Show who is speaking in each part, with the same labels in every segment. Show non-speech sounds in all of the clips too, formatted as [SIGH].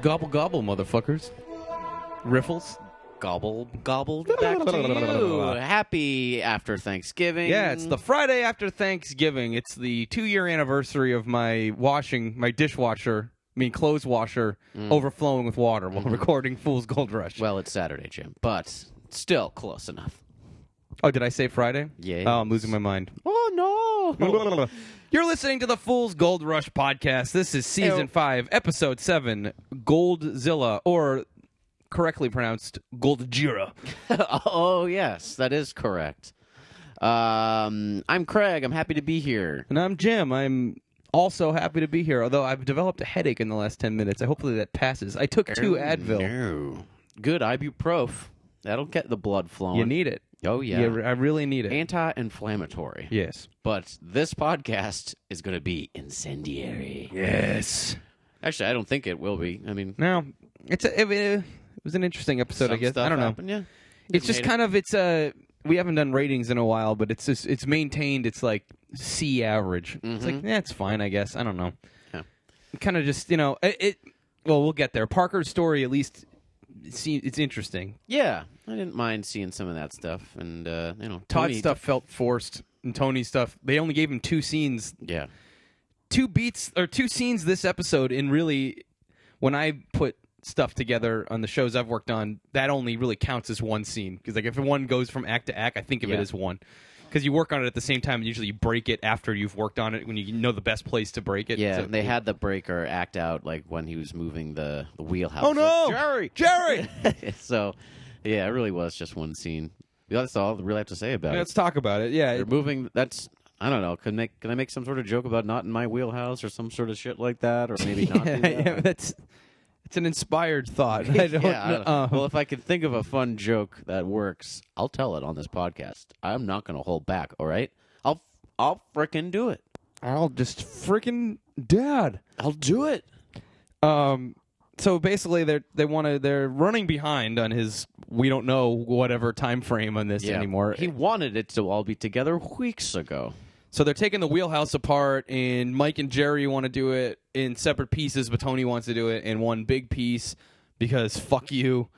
Speaker 1: Gobble gobble, motherfuckers. Riffles. Gobble gobble back to you. Happy after Thanksgiving.
Speaker 2: Yeah, it's the Friday after Thanksgiving. It's the two year anniversary of my washing, my dishwasher, I mean, clothes washer, overflowing with water while recording Fool's Gold Rush.
Speaker 1: Mm. Mm-hmm. well, it's Saturday, Jim, but still close enough.
Speaker 2: oh, did I say Friday?
Speaker 1: Yes.
Speaker 2: Oh, I'm losing my mind.
Speaker 1: Oh no!
Speaker 2: [LAUGHS] You're listening to the Fool's Gold Rush podcast. This is season five, episode seven, Goldzilla, or correctly pronounced Goldjira.
Speaker 1: [LAUGHS] oh yes, that is correct. Um, I'm Craig. I'm happy to be here.
Speaker 2: And I'm Jim. I'm also happy to be here, although I've developed a headache in the last 10 minutes. I Hopefully that passes. I took two Advil.
Speaker 1: No. Good ibuprofen. That'll get the blood flowing.
Speaker 2: You need it.
Speaker 1: Oh yeah.
Speaker 2: You- I really need it.
Speaker 1: Anti-inflammatory.
Speaker 2: yes.
Speaker 1: But this podcast is going to be incendiary.
Speaker 2: Yes.
Speaker 1: Actually, I don't think it will be. I mean,
Speaker 2: Now, it's a, it, it was an interesting episode,
Speaker 1: some
Speaker 2: I guess.
Speaker 1: stuff
Speaker 2: I don't know.
Speaker 1: happened, yeah.
Speaker 2: It's just kind of it's uh we haven't done ratings in a while, but it's just it's maintained it's like C average. It's like that's fine, I guess. I don't know.
Speaker 1: Mm-hmm. Yeah.
Speaker 2: Kind of just you know it, it. Well, we'll get there. Parker's story at least seems it's interesting.
Speaker 1: yeah. I didn't mind seeing some of that stuff, and uh, you know,
Speaker 2: Todd's
Speaker 1: Tony-
Speaker 2: stuff felt forced, and Tony's stuff they only gave him two scenes,
Speaker 1: Yeah,
Speaker 2: two beats or two scenes this episode. And really, when I put stuff together on the shows I've worked on, that only really counts as one scene because like if one goes from act to act, I think of it
Speaker 1: Yeah.
Speaker 2: as one. Because you work on it at the same time, and usually you break it after you've worked on it when you know the best place to break it.
Speaker 1: yeah.
Speaker 2: So-
Speaker 1: they had the breaker act out like when he was moving the, the wheelhouse.
Speaker 2: oh
Speaker 1: [LAUGHS]
Speaker 2: no,
Speaker 1: Like,
Speaker 2: Jerry, Jerry.
Speaker 1: so, yeah, it really was just one scene. Yeah, That's all I really have to say about
Speaker 2: Let's
Speaker 1: it.
Speaker 2: talk about it. Yeah,
Speaker 1: They're moving. That's I don't know. Can make can I make some sort of joke about not in my wheelhouse or some sort of shit like that, or maybe not?
Speaker 2: [LAUGHS] [LAUGHS]
Speaker 1: do
Speaker 2: yeah,
Speaker 1: that?
Speaker 2: yeah, that's it's an inspired thought. [LAUGHS] I don't.
Speaker 1: [LAUGHS] yeah, I
Speaker 2: know. Uh,
Speaker 1: don't- well, if I can think of a fun joke that works, I'll tell it on this podcast. I'm not going to hold back. All right, I'll I'll frickin' do it.
Speaker 2: I'll just freaking dad.
Speaker 1: I'll do it.
Speaker 2: Um, so basically, they're they want to they're running behind on his we don't know whatever time frame on this anymore.
Speaker 1: He wanted it to all be together weeks ago.
Speaker 2: so they're taking the wheelhouse apart, and Mike and Jerry want to do it in separate pieces, but Tony wants to do it in one big piece because fuck you.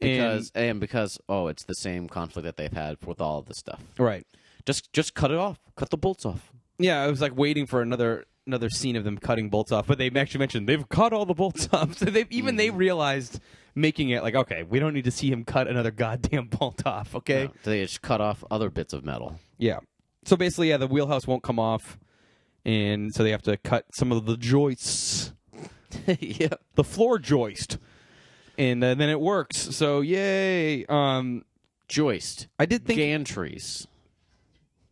Speaker 1: Because and, because oh, it's the same conflict that they've had with all of this stuff.
Speaker 2: and, right,
Speaker 1: Just just cut it off. Cut the bolts off.
Speaker 2: yeah, I was like waiting for another another scene of them cutting bolts off, but they actually mentioned they've cut all the bolts [LAUGHS] off, so they even
Speaker 1: Mm.
Speaker 2: they realized making it like okay, we don't need to see him cut another goddamn bolt off, okay?
Speaker 1: They just cut off other bits of metal.
Speaker 2: Yeah. So basically, yeah, the wheelhouse won't come off, and so they have to cut some of the joists,
Speaker 1: [LAUGHS] yeah.
Speaker 2: the floor joist, and uh, then it works. So yay! Um,
Speaker 1: Joist.
Speaker 2: I did think.
Speaker 1: Gantries.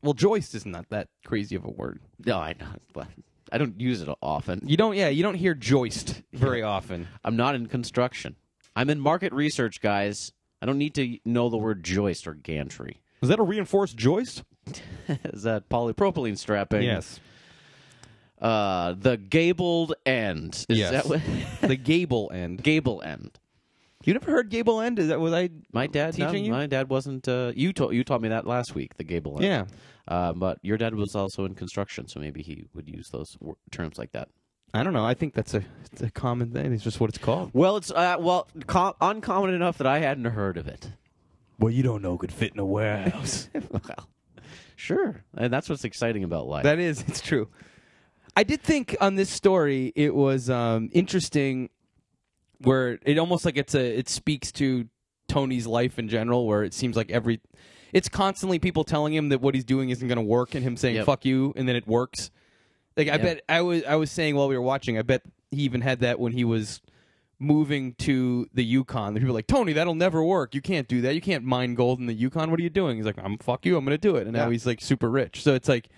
Speaker 2: well, joist is not that crazy of a word.
Speaker 1: No, I know. but I don't use it often.
Speaker 2: You don't. Yeah, you don't hear joist very often.
Speaker 1: I'm not in construction. I'm in market research, guys. I don't need to know the word joist or gantry.
Speaker 2: Is that a reinforced joist?
Speaker 1: [LAUGHS] Is that polypropylene strapping?
Speaker 2: Yes.
Speaker 1: Uh, the gabled end. Is
Speaker 2: Yes.
Speaker 1: that what? [LAUGHS]
Speaker 2: the gable end.
Speaker 1: gable end.
Speaker 2: You never heard gable end? Is that was I?
Speaker 1: My dad no,
Speaker 2: Teaching you?
Speaker 1: My dad wasn't. Uh, you taught you taught me that last week. The gable end.
Speaker 2: Yeah.
Speaker 1: Uh, but your dad was also in construction, so maybe he would use those wor- terms like that.
Speaker 2: I don't know. I think that's a it's a common thing. It's just what it's called.
Speaker 1: Well, it's uh, well com- uncommon enough that I hadn't heard of it. [LAUGHS]
Speaker 2: Well, you don't know could fit in a warehouse.
Speaker 1: well, sure, and that's what's exciting about life.
Speaker 2: That is, [LAUGHS] it's true. I did think on this story it was um, interesting, where it almost like it's a it speaks to Tony's life in general, where it seems like every it's constantly people telling him that what he's doing isn't going to work, and him saying
Speaker 1: Yep.
Speaker 2: "fuck you," and then it works. Like I
Speaker 1: Yep.
Speaker 2: bet I was I was saying while we were watching, I bet he even had that when he was moving to the Yukon. The people were like Tony, that'll never work. You can't do that. You can't mine gold in the Yukon. What are you doing? He's like, I'm fuck you. I'm going to do it. And now
Speaker 1: Yeah.
Speaker 2: he's like super rich. So it's like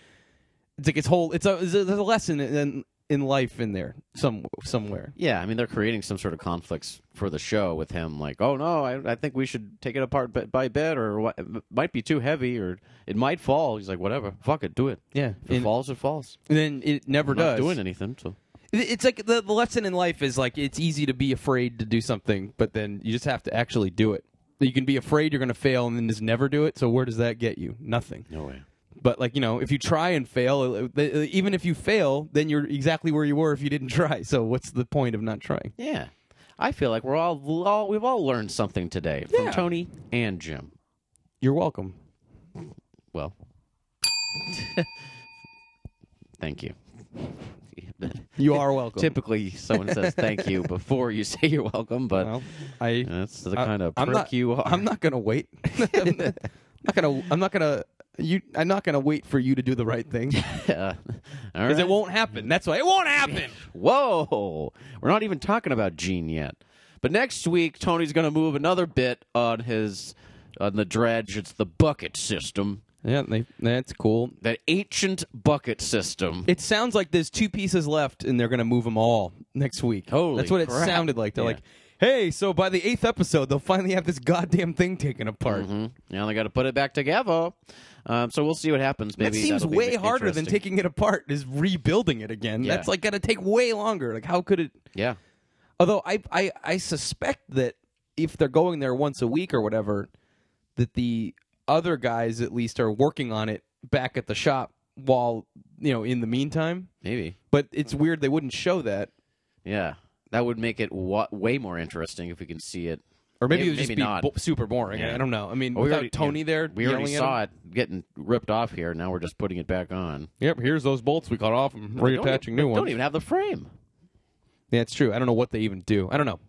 Speaker 2: it's like it's whole. It's a, it's a, there's a lesson in in life in there some somewhere.
Speaker 1: Yeah, I mean they're creating some sort of conflicts for the show with him, like, oh no, I, I think we should take it apart bit by bit, or what, it might be too heavy, or it might fall. He's like, whatever, fuck it, do it.
Speaker 2: Yeah,
Speaker 1: If it
Speaker 2: and,
Speaker 1: falls, it falls.
Speaker 2: and then it never
Speaker 1: We're
Speaker 2: does.
Speaker 1: not doing anything. So
Speaker 2: It- It's like the, the lesson in life is like it's easy to be afraid to do something, but then you just have to actually do it. You can be afraid you're going to fail and then just never do it. So where does that get you? Nothing.
Speaker 1: no way.
Speaker 2: But like you know, if you try and fail, uh, it- it- [LAUGHS] even if you fail, then you're exactly where you were if you didn't try. So what's the point of not trying?
Speaker 1: Yeah, I feel like we're all, all we've all learned something today from
Speaker 2: Yeah.
Speaker 1: Tony and Jim.
Speaker 2: You're welcome.
Speaker 1: Well, [LAUGHS]
Speaker 2: [LAUGHS]
Speaker 1: thank you.
Speaker 2: You are welcome.
Speaker 1: Typically, someone says
Speaker 2: [LAUGHS]
Speaker 1: thank you before you say you're welcome, but
Speaker 2: Well, I
Speaker 1: that's the
Speaker 2: I-
Speaker 1: kind of
Speaker 2: Uh, I'm
Speaker 1: prick
Speaker 2: not-
Speaker 1: you are. [LAUGHS]
Speaker 2: I'm not gonna wait. [LAUGHS] I'm not gonna. I'm not gonna. You. I'm not gonna wait for you to do the right
Speaker 1: [LAUGHS]
Speaker 2: thing because
Speaker 1: Yeah. All right.
Speaker 2: it won't happen. That's why it won't
Speaker 1: [LAUGHS]
Speaker 2: happen.
Speaker 1: Whoa! We're not even talking about Gene yet. But next week, Tony's going to move another bit on his on the dredge. It's the bucket system,
Speaker 2: yeah, they, that's cool.
Speaker 1: that ancient bucket system.
Speaker 2: It sounds like there's two pieces left, and they're gonna move them all next week.
Speaker 1: Holy
Speaker 2: that's what it
Speaker 1: crap.
Speaker 2: sounded like. They're
Speaker 1: Yeah.
Speaker 2: like, hey, so by the eighth episode, they'll finally have this goddamn thing taken apart.
Speaker 1: Mhm. Now they got to put it back together. Um, so we'll see what happens.
Speaker 2: That
Speaker 1: Maybe
Speaker 2: seems
Speaker 1: that'll be
Speaker 2: way harder than
Speaker 1: interesting.
Speaker 2: taking it apart is rebuilding it again.
Speaker 1: Yeah.
Speaker 2: That's like gonna take way longer. Like, how could it?
Speaker 1: Yeah.
Speaker 2: Although I, I I suspect that if they're going there once a week or whatever, that the other guys at least are working on it back at the shop while you know in the meantime.
Speaker 1: Maybe.
Speaker 2: But it's
Speaker 1: Mm-hmm.
Speaker 2: weird they wouldn't show that,
Speaker 1: Yeah. That would make it wa- way more interesting if we can see it.
Speaker 2: or maybe
Speaker 1: May-
Speaker 2: it would just
Speaker 1: maybe
Speaker 2: be
Speaker 1: not.
Speaker 2: bo- super boring. I-
Speaker 1: Yeah.
Speaker 2: I don't know. I mean,
Speaker 1: Well,
Speaker 2: without
Speaker 1: already-
Speaker 2: Tony
Speaker 1: yeah,
Speaker 2: there,
Speaker 1: we already
Speaker 2: yelling at
Speaker 1: saw
Speaker 2: him.
Speaker 1: it getting ripped off here. Now we're just putting it back on.
Speaker 2: Yep, here's those bolts we cut off and
Speaker 1: Don't
Speaker 2: reattaching
Speaker 1: even-
Speaker 2: new ones.
Speaker 1: Don't even have the frame.
Speaker 2: Yeah, it's true. I don't know what they even do. I don't know.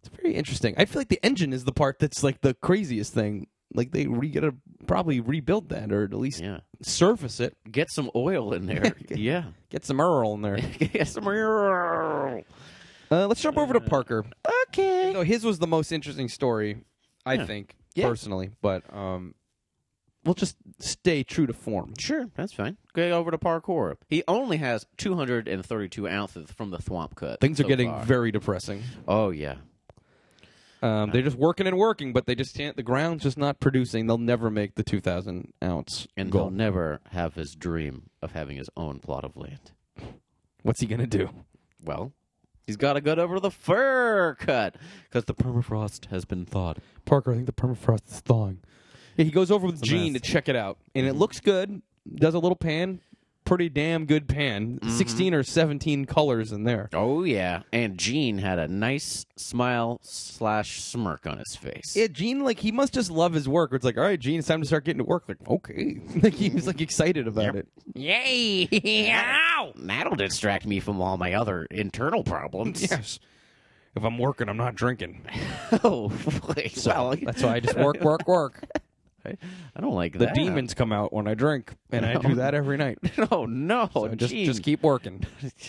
Speaker 2: It's very interesting. I feel like the engine is the part that's like the craziest thing. Like they re- gotta probably rebuild that or at least
Speaker 1: Yeah.
Speaker 2: surface it.
Speaker 1: Get some oil
Speaker 2: [LAUGHS]
Speaker 1: in there. yeah. [LAUGHS]
Speaker 2: Get some Earl in there.
Speaker 1: Get some oil.
Speaker 2: Uh, let's jump over to Parker.
Speaker 1: Okay.
Speaker 2: No, his was the most interesting story, I think,
Speaker 1: Yeah.
Speaker 2: personally. But um, we'll just stay true to form.
Speaker 1: Sure, that's fine. Go over to parkour. He only has 232 ounces from the thwomp cut.
Speaker 2: Things are
Speaker 1: so
Speaker 2: getting
Speaker 1: far.
Speaker 2: very depressing.
Speaker 1: Oh yeah.
Speaker 2: Um, they're just working and working, but they just can't. The ground's just not producing. They'll never make the two thousand ounce
Speaker 1: And
Speaker 2: goal.
Speaker 1: he'll never have his dream of having his own plot of land.
Speaker 2: What's he gonna do?
Speaker 1: Well, he's got to get over the fur cut because the permafrost has been thawed.
Speaker 2: Parker, I think the permafrost is thawing. Yeah, he goes over with Gene to
Speaker 1: mess.
Speaker 2: check it out, and it looks good. Does a little pan, pretty damn good pan. Sixteen or seventeen colors in there.
Speaker 1: Oh yeah. And Gene had a nice smile slash smirk on his face.
Speaker 2: Yeah, Gene, like he must just love his work. It's like, all right, Gene, it's time to start getting to work. Like, okay, [LAUGHS] like he was like excited about it.
Speaker 1: Yay! [LAUGHS] That'll distract me from all my other internal problems.
Speaker 2: Yes, [LAUGHS] if I'm working, I'm not [LAUGHS] drinking.
Speaker 1: Oh, wait, well,
Speaker 2: That's why I just work, work, work.
Speaker 1: I, I don't like
Speaker 2: The
Speaker 1: that.
Speaker 2: demons come out when I drink, and I [LAUGHS] do that every night.
Speaker 1: [LAUGHS] Oh no!
Speaker 2: So just,
Speaker 1: Gene.
Speaker 2: just keep working.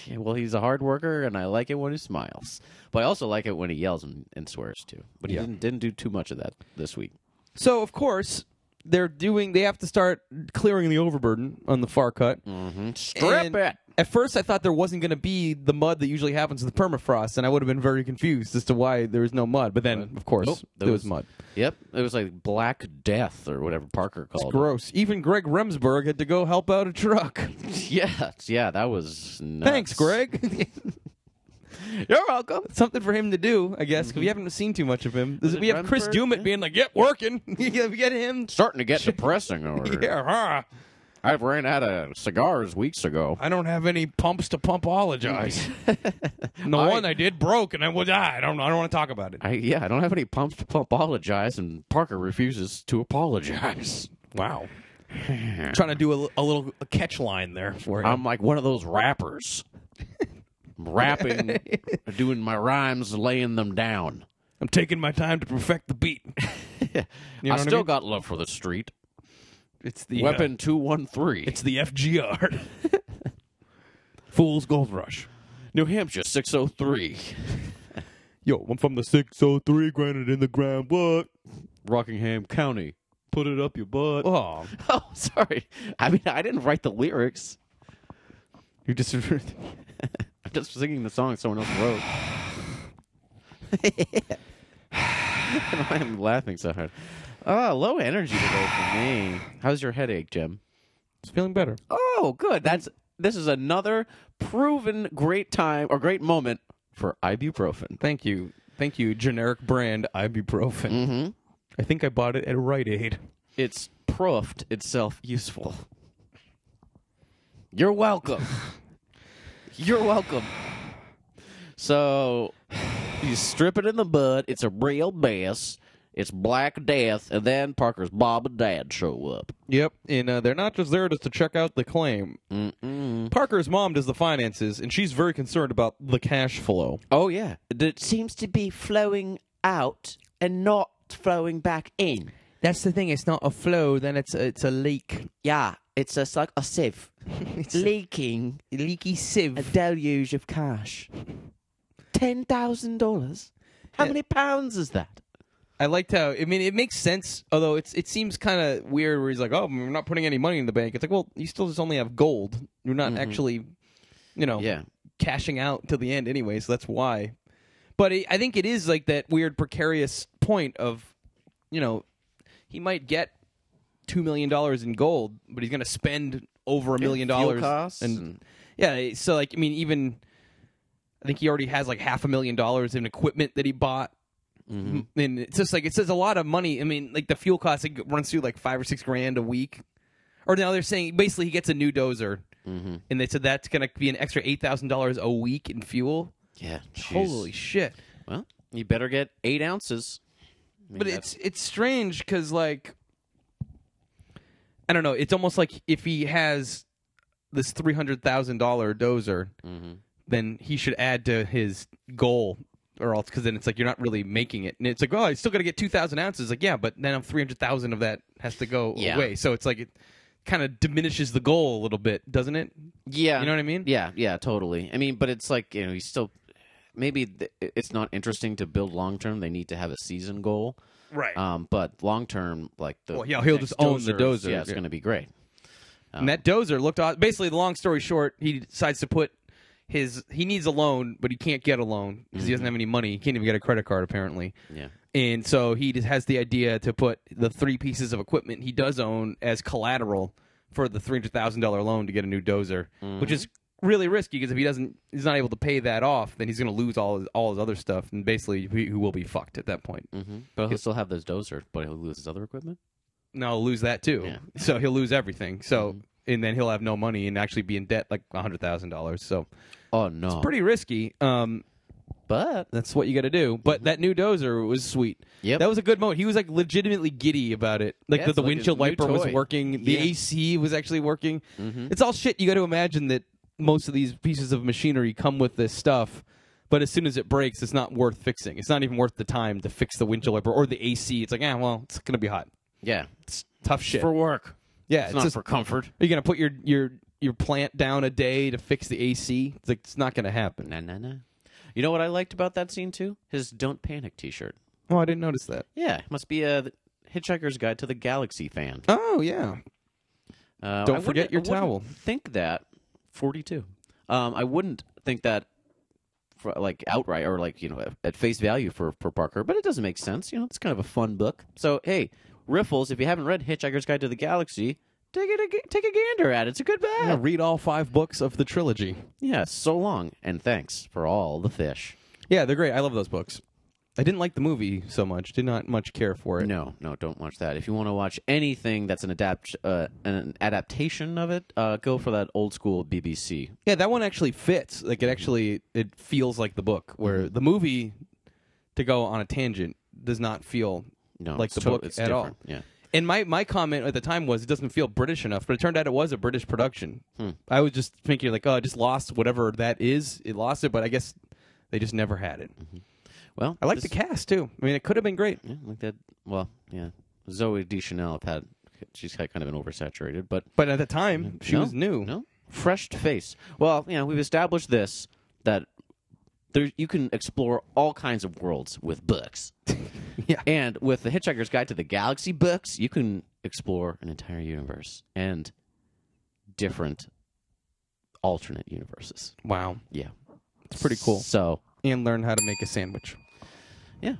Speaker 1: Yeah, [LAUGHS] well, he's a hard worker, and I like it when he smiles, but I also like it when he yells and, and swears too. But he
Speaker 2: Yeah.
Speaker 1: didn't didn't do too much of that this week.
Speaker 2: So of course they're doing. They have to start clearing the overburden on the far cut.
Speaker 1: Mm-hmm. Strip
Speaker 2: And
Speaker 1: it.
Speaker 2: At first, I thought there wasn't going to be the mud that usually happens with permafrost, and I would have been very confused as to why there was no mud. But then, of course,
Speaker 1: Nope,
Speaker 2: there,
Speaker 1: there
Speaker 2: was,
Speaker 1: was-
Speaker 2: mud.
Speaker 1: Yep, it was like Black Death or whatever Parker called
Speaker 2: Gross. Even Greg Remsburg had to go help out a truck.
Speaker 1: it. [LAUGHS] Yeah, yeah, that was nuts.
Speaker 2: Thanks, Greg. [LAUGHS] You're welcome. Mm-hmm. Something for him to do, I guess, 'cause we haven't seen too much of him.
Speaker 1: Was it
Speaker 2: we have Chris
Speaker 1: Remsburg?
Speaker 2: Dumit
Speaker 1: Yeah.
Speaker 2: being like, "Yep, working." [LAUGHS] we get him.
Speaker 1: Starting
Speaker 2: [LAUGHS]
Speaker 1: to get depressing. Over
Speaker 2: Yeah, huh.
Speaker 1: I've ran out of cigars weeks ago.
Speaker 2: I don't have any pumps to pumpologize. and [LAUGHS] the one I did broke, and I was ah, I don't I don't want to talk about it.
Speaker 1: I, yeah, I don't have any pumps to apologize, and Parker refuses to apologize.
Speaker 2: Wow. [SIGHS] Trying to do a, a little catch line there for him.
Speaker 1: I'm like one of those rappers, [LAUGHS] rapping, doing my rhymes, laying them down.
Speaker 2: I'm taking my time to perfect the [LAUGHS] beat. know
Speaker 1: I
Speaker 2: what I
Speaker 1: still
Speaker 2: mean?
Speaker 1: got love for the street.
Speaker 2: It's the
Speaker 1: Weapon two one three.
Speaker 2: it's the FGR. [LAUGHS] Fool's Gold Rush.
Speaker 1: New Hampshire six oh three.
Speaker 2: Yo, I'm from the 603, granite in the ground. What?
Speaker 1: Rockingham County.
Speaker 2: Put it up your butt. Oh,
Speaker 1: [LAUGHS] Oh, sorry. I mean, I didn't write the lyrics.
Speaker 2: you just [LAUGHS]
Speaker 1: I'm just singing the song someone else wrote. [LAUGHS] I'm laughing so hard. Oh, low energy today for me. How's your headache, Jim?
Speaker 2: it's feeling better.
Speaker 1: Oh, good. That's this is another proven great time or great moment for ibuprofen.
Speaker 2: Thank you, thank you. Generic brand ibuprofen.
Speaker 1: Mm-hmm.
Speaker 2: I think I bought it at Rite Aid.
Speaker 1: It's proved itself useful. You're [SIGHS] welcome. You're welcome. So You strip it in the bud. It's a real mess. It's Black Death, and then Parker's mom and dad show up.
Speaker 2: Yep, and uh, they're not just there just to check out the claim.
Speaker 1: Mm-mm.
Speaker 2: Parker's mom does the finances, and she's very concerned about the cash flow.
Speaker 1: Oh yeah, it seems to be flowing out and not flowing back in.
Speaker 2: That's the thing; it's not a flow, then it's a, it's a leak,
Speaker 1: Yeah, it's just like a [LAUGHS] sieve leaking
Speaker 2: leaky sieve.
Speaker 1: a deluge of cash. Ten thousand dollars. How
Speaker 2: Yeah.
Speaker 1: many pounds is that?
Speaker 2: I liked how. I mean, it makes sense, although it's it seems kind of weird. Where he's like, "Oh, we're not putting any money in the bank." It's like, well, you still just only have gold. You're not actually, you know,
Speaker 1: Yeah.
Speaker 2: cashing out till the end anyway. So that's why. But it, I think it is like that weird precarious point of, you know, he might get two million dollars in gold, but he's going to spend over a million
Speaker 1: fuel
Speaker 2: dollars
Speaker 1: costs
Speaker 2: and,
Speaker 1: and-
Speaker 2: yeah. So like, I mean, even I think he already has like half a million dollars in equipment that he bought.
Speaker 1: Mm-hmm.
Speaker 2: And it's just like it says a lot of money. I mean, like the fuel cost it runs through like five or six grand a week. Or now they're saying basically he gets a new dozer,
Speaker 1: Mm-hmm.
Speaker 2: and they said that's going to be an extra eight thousand dollars a week in fuel.
Speaker 1: Yeah.
Speaker 2: Holy shit!
Speaker 1: Well, you better get eight ounces. I mean,
Speaker 2: But
Speaker 1: that's-
Speaker 2: it's it's strange because like I don't know. It's almost like if he has this three hundred thousand dollar dozer,
Speaker 1: Mm-hmm.
Speaker 2: then he should add to his goal, or else because then it's like you're not really making it, and it's like oh, I still got to get two thousand ounces. Like yeah, but then three hundred thousand of that has to go
Speaker 1: Yeah.
Speaker 2: away. So it's like it kind of diminishes the goal a little bit, doesn't it?
Speaker 1: yeah.
Speaker 2: You know what I mean?
Speaker 1: Yeah, yeah, totally. I mean, but it's like you know, you still maybe th- it's not interesting to build long term. They need to have a season goal.
Speaker 2: Right.
Speaker 1: Um, but long term, like the
Speaker 2: Well, yeah, he'll
Speaker 1: next
Speaker 2: just own the dozer.
Speaker 1: Yeah, it's
Speaker 2: Yeah.
Speaker 1: going to be great.
Speaker 2: And that dozer looked aw- basically. The long story short, he decides to put his he needs a loan, but he can't get a loan because he doesn't have any money. He can't even get a credit card apparently.
Speaker 1: Yeah.
Speaker 2: And so he just has the idea to put the three pieces of equipment he does own as collateral for the three hundred thousand dollar loan to get a new dozer, which is really risky because if he doesn't, he's not able to pay that off, then he's going to lose all his, all his other stuff, and basically he, he will be fucked at that point.
Speaker 1: Mm-hmm. But he'll still have those dozer, but he'll lose his other equipment.
Speaker 2: No, he'll lose that too.
Speaker 1: Yeah.
Speaker 2: [LAUGHS]
Speaker 1: Mm-hmm.
Speaker 2: So he'll lose everything. So and then he'll have no money and actually be in debt like hundred thousand dollars. So
Speaker 1: Oh no!
Speaker 2: pretty risky. Um,
Speaker 1: but
Speaker 2: that's what you got to do. But that new dozer was sweet.
Speaker 1: Mm-hmm. Yep.
Speaker 2: that was a good moment. He was like legitimately giddy about it. Like
Speaker 1: Yeah,
Speaker 2: that
Speaker 1: it's
Speaker 2: the
Speaker 1: like his
Speaker 2: windshield
Speaker 1: new
Speaker 2: wiper was
Speaker 1: toy.
Speaker 2: working, the
Speaker 1: Yeah. Mm-hmm.
Speaker 2: AC was actually working. It's all shit. You got to imagine that most of these pieces of machinery come with this stuff. But as soon as it breaks, it's not worth fixing. It's not even worth the time to fix the windshield wiper or the AC. It's like, ah, well, it's gonna be hot.
Speaker 1: yeah,
Speaker 2: It's tough shit.
Speaker 1: for work.
Speaker 2: yeah,
Speaker 1: It's, not
Speaker 2: just-
Speaker 1: for comfort.
Speaker 2: are you gonna put your your your plant down a day to fix the AC? It's like it's not gonna happen.
Speaker 1: Nah, nah, nah. You know what I liked about that scene too? His "Don't Panic" T-shirt.
Speaker 2: Oh, I didn't notice that.
Speaker 1: Yeah, must be a Hitchhiker's Guide to the Galaxy fan.
Speaker 2: Oh yeah,
Speaker 1: Uh,
Speaker 2: Don't
Speaker 1: I
Speaker 2: forget
Speaker 1: wouldn't-
Speaker 2: your
Speaker 1: I wouldn't
Speaker 2: towel.
Speaker 1: Think that forty-two. Um, I wouldn't think that, for, like outright or like you know at- at face value for for Parker, but it doesn't make sense. You know, it's kind of a fun book. So hey, Riffles, if you haven't read Hitchhiker's Guide to the Galaxy, take it a, ga- take a gander at it. It's a good
Speaker 2: I'm gonna
Speaker 1: bag.
Speaker 2: read all five books of the trilogy.
Speaker 1: Yeah. So long, and thanks for all the fish.
Speaker 2: Yeah, they're great. I love those books. I didn't like the movie so much. Did not much care for it.
Speaker 1: No, no, don't watch that. If you want to watch anything that's an adapt uh, an adaptation of it, uh, go for that old school BBC.
Speaker 2: Yeah, that one actually fits. Like it actually it feels like the book. Where the movie, to go on a tangent, does not feel
Speaker 1: No,
Speaker 2: like
Speaker 1: it's
Speaker 2: the
Speaker 1: tot-
Speaker 2: book
Speaker 1: it's
Speaker 2: at all.
Speaker 1: different. Yeah.
Speaker 2: And my, my comment at the time was it doesn't feel British enough, but it turned out it was a British production.
Speaker 1: Hmm.
Speaker 2: I was just thinking like, oh, I just lost whatever that is. It lost it, but I guess they just never had it.
Speaker 1: Mm-hmm. Well,
Speaker 2: I like
Speaker 1: this-
Speaker 2: the cast too. I mean, it could have been great.
Speaker 1: Yeah, like that. Well, yeah, Zoe Deschanel had she's kind of been oversaturated, but
Speaker 2: But at the time, she
Speaker 1: Mm-hmm. No,
Speaker 2: was new.
Speaker 1: No, fresh face. Well, you know, we've established this that there you can explore all kinds of worlds with books.
Speaker 2: [LAUGHS] Yeah.
Speaker 1: and with the Hitchhiker's Guide to the Galaxy books, you can explore an entire universe and different alternate universes.
Speaker 2: Wow,
Speaker 1: Yeah,
Speaker 2: it's pretty cool.
Speaker 1: So
Speaker 2: And learn how to make a sandwich.
Speaker 1: yeah,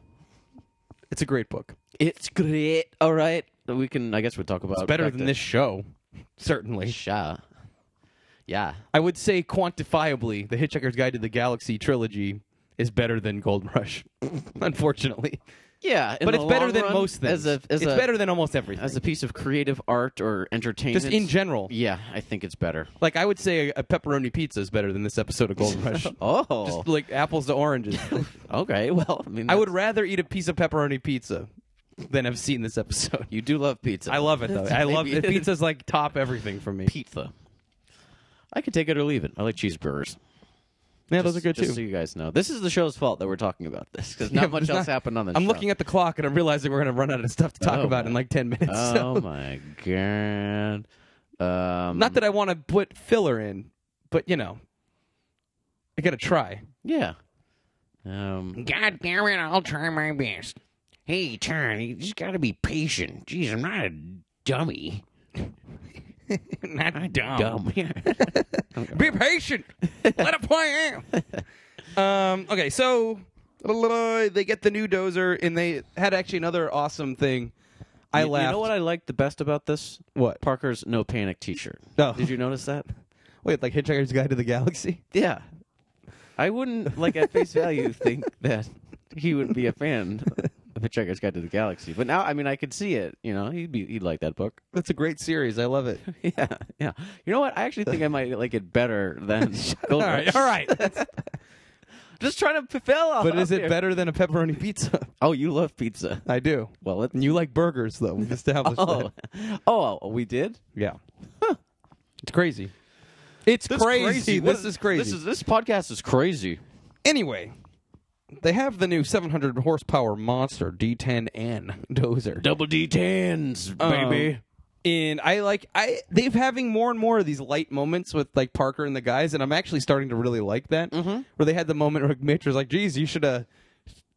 Speaker 2: It's a great book.
Speaker 1: it's great. All right, we can. I guess we'll talk about
Speaker 2: It's better
Speaker 1: back
Speaker 2: than
Speaker 1: to-
Speaker 2: this show, certainly.
Speaker 1: Sha. Yeah.
Speaker 2: I would say quantifiably, The Hitchhiker's Guide to the Galaxy trilogy is better than Gold Rush, [LAUGHS] unfortunately.
Speaker 1: yeah, in
Speaker 2: but
Speaker 1: the
Speaker 2: it's better
Speaker 1: long
Speaker 2: than
Speaker 1: run,
Speaker 2: most things.
Speaker 1: As a, as
Speaker 2: it's
Speaker 1: a,
Speaker 2: better than almost everything.
Speaker 1: as a piece of creative art or entertainment.
Speaker 2: just in general.
Speaker 1: Yeah, I think it's better.
Speaker 2: Like I would say, a, a pepperoni pizza is better than this episode of [LAUGHS] Gold Rush.
Speaker 1: Oh,
Speaker 2: Just like apples to [LAUGHS] oranges.
Speaker 1: okay. [LAUGHS] Well, I mean,
Speaker 2: I would rather eat a piece of pepperoni pizza than have seen this episode.
Speaker 1: You do love pizza.
Speaker 2: I love it though. I love
Speaker 1: Maybe-
Speaker 2: it. Pizza's like top everything for me.
Speaker 1: [LAUGHS] pizza. I could take it or leave it. I like cheeseburgers.
Speaker 2: Yeah, those are good
Speaker 1: just
Speaker 2: too.
Speaker 1: So you guys know, this is the show's fault that we're talking about this because not
Speaker 2: Yeah,
Speaker 1: much
Speaker 2: it's
Speaker 1: else
Speaker 2: not-
Speaker 1: happened on the show.
Speaker 2: I'm looking at the clock and I'm realizing we're gonna run out of stuff to talk
Speaker 1: Oh,
Speaker 2: about
Speaker 1: my.
Speaker 2: in like ten minutes. [LAUGHS] so-
Speaker 1: Oh my god. Um,
Speaker 2: Not that I want to put filler in, but you know, I gotta try.
Speaker 1: Yeah. Um,
Speaker 3: God damn it, I'll try my best. Hey, Turn, you just gotta be patient. Jeez, I'm not a dummy.
Speaker 2: [LAUGHS] Not dumb.
Speaker 1: [LAUGHS] dumb.
Speaker 2: Be [LAUGHS] patient. Let it play out. um, okay, so they get the new dozer, and they had actually another awesome thing. I
Speaker 1: you,
Speaker 2: laughed.
Speaker 1: You know what I liked the best about this?
Speaker 2: What?
Speaker 1: Parker's no panic T-shirt.
Speaker 2: Oh.
Speaker 1: Did you notice that?
Speaker 2: Wait, like Hitchhiker's Guide to the Galaxy?
Speaker 1: Yeah. I wouldn't like at face [LAUGHS] value think that he would be a fan of the Checker's Guide to the Galaxy. But now I mean I could see it, you know. He'd be he'd like that book.
Speaker 2: That's a great series. I love it.
Speaker 1: [LAUGHS] Yeah. Yeah. You know what? I actually think I might like it better [LAUGHS] than Gold
Speaker 2: all right,
Speaker 1: Rush.
Speaker 2: all right.
Speaker 1: Just trying to fail
Speaker 2: [LAUGHS]
Speaker 1: off.
Speaker 2: but is it
Speaker 1: here.
Speaker 2: better than a pepperoni pizza?
Speaker 1: Oh, you love pizza.
Speaker 2: I do.
Speaker 1: Well, it,
Speaker 2: And you like burgers, though. We've established
Speaker 1: oh.
Speaker 2: that.
Speaker 1: [LAUGHS] oh, we did?
Speaker 2: Yeah. It's crazy. It's crazy. This is crazy.
Speaker 1: This is this podcast is crazy.
Speaker 2: Anyway, they have the new 700 horsepower monster D10N dozer.
Speaker 1: Double D tens,
Speaker 2: Um, and I like I they've having more and more of these light moments with like Parker and the guys, and I'm actually starting to really like that.
Speaker 1: Mm-hmm.
Speaker 2: Where they had the moment where Mitch was like, "Geez, you should uh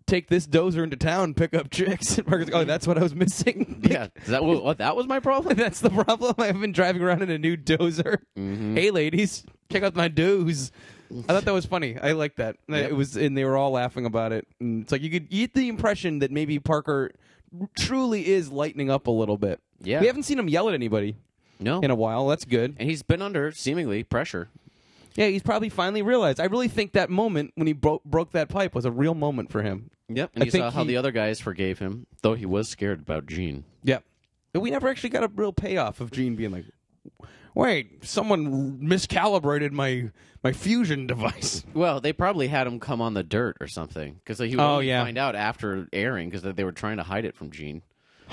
Speaker 2: take this dozer into town, pick up chicks." [LAUGHS] And Parker's like, "Oh, that's what I was missing." [LAUGHS] Like,
Speaker 1: [LAUGHS] yeah, is that what, what that was my [LAUGHS] problem?
Speaker 2: that's the problem. [LAUGHS] I've been driving around in a new dozer.
Speaker 1: Mm-hmm.
Speaker 2: Hey, ladies, check out my doze. I thought that was funny. I like that. Uh, It was, and they were all laughing about it. And it's like you could you get the impression that maybe Parker truly is lightening up a little bit.
Speaker 1: Yeah.
Speaker 2: we haven't seen him yell at anybody
Speaker 1: No,
Speaker 2: in a while. That's good.
Speaker 1: and he's been under seemingly pressure.
Speaker 2: Yeah, he's probably finally realized. I really think that moment when he bro- broke that pipe was a real moment for him.
Speaker 1: Yep, and
Speaker 2: I
Speaker 1: he
Speaker 2: think
Speaker 1: saw how
Speaker 2: he-
Speaker 1: the other guys forgave him, though he was scared about Gene.
Speaker 2: Yeah. And we never actually got a real payoff of Gene being like, "Wait, someone miscalibrated my my fusion device."
Speaker 1: Well, they probably had him come on the dirt or something because he would
Speaker 2: Oh,
Speaker 1: only
Speaker 2: yeah.
Speaker 1: find out after airing because they were trying to hide it from [LAUGHS] Gene.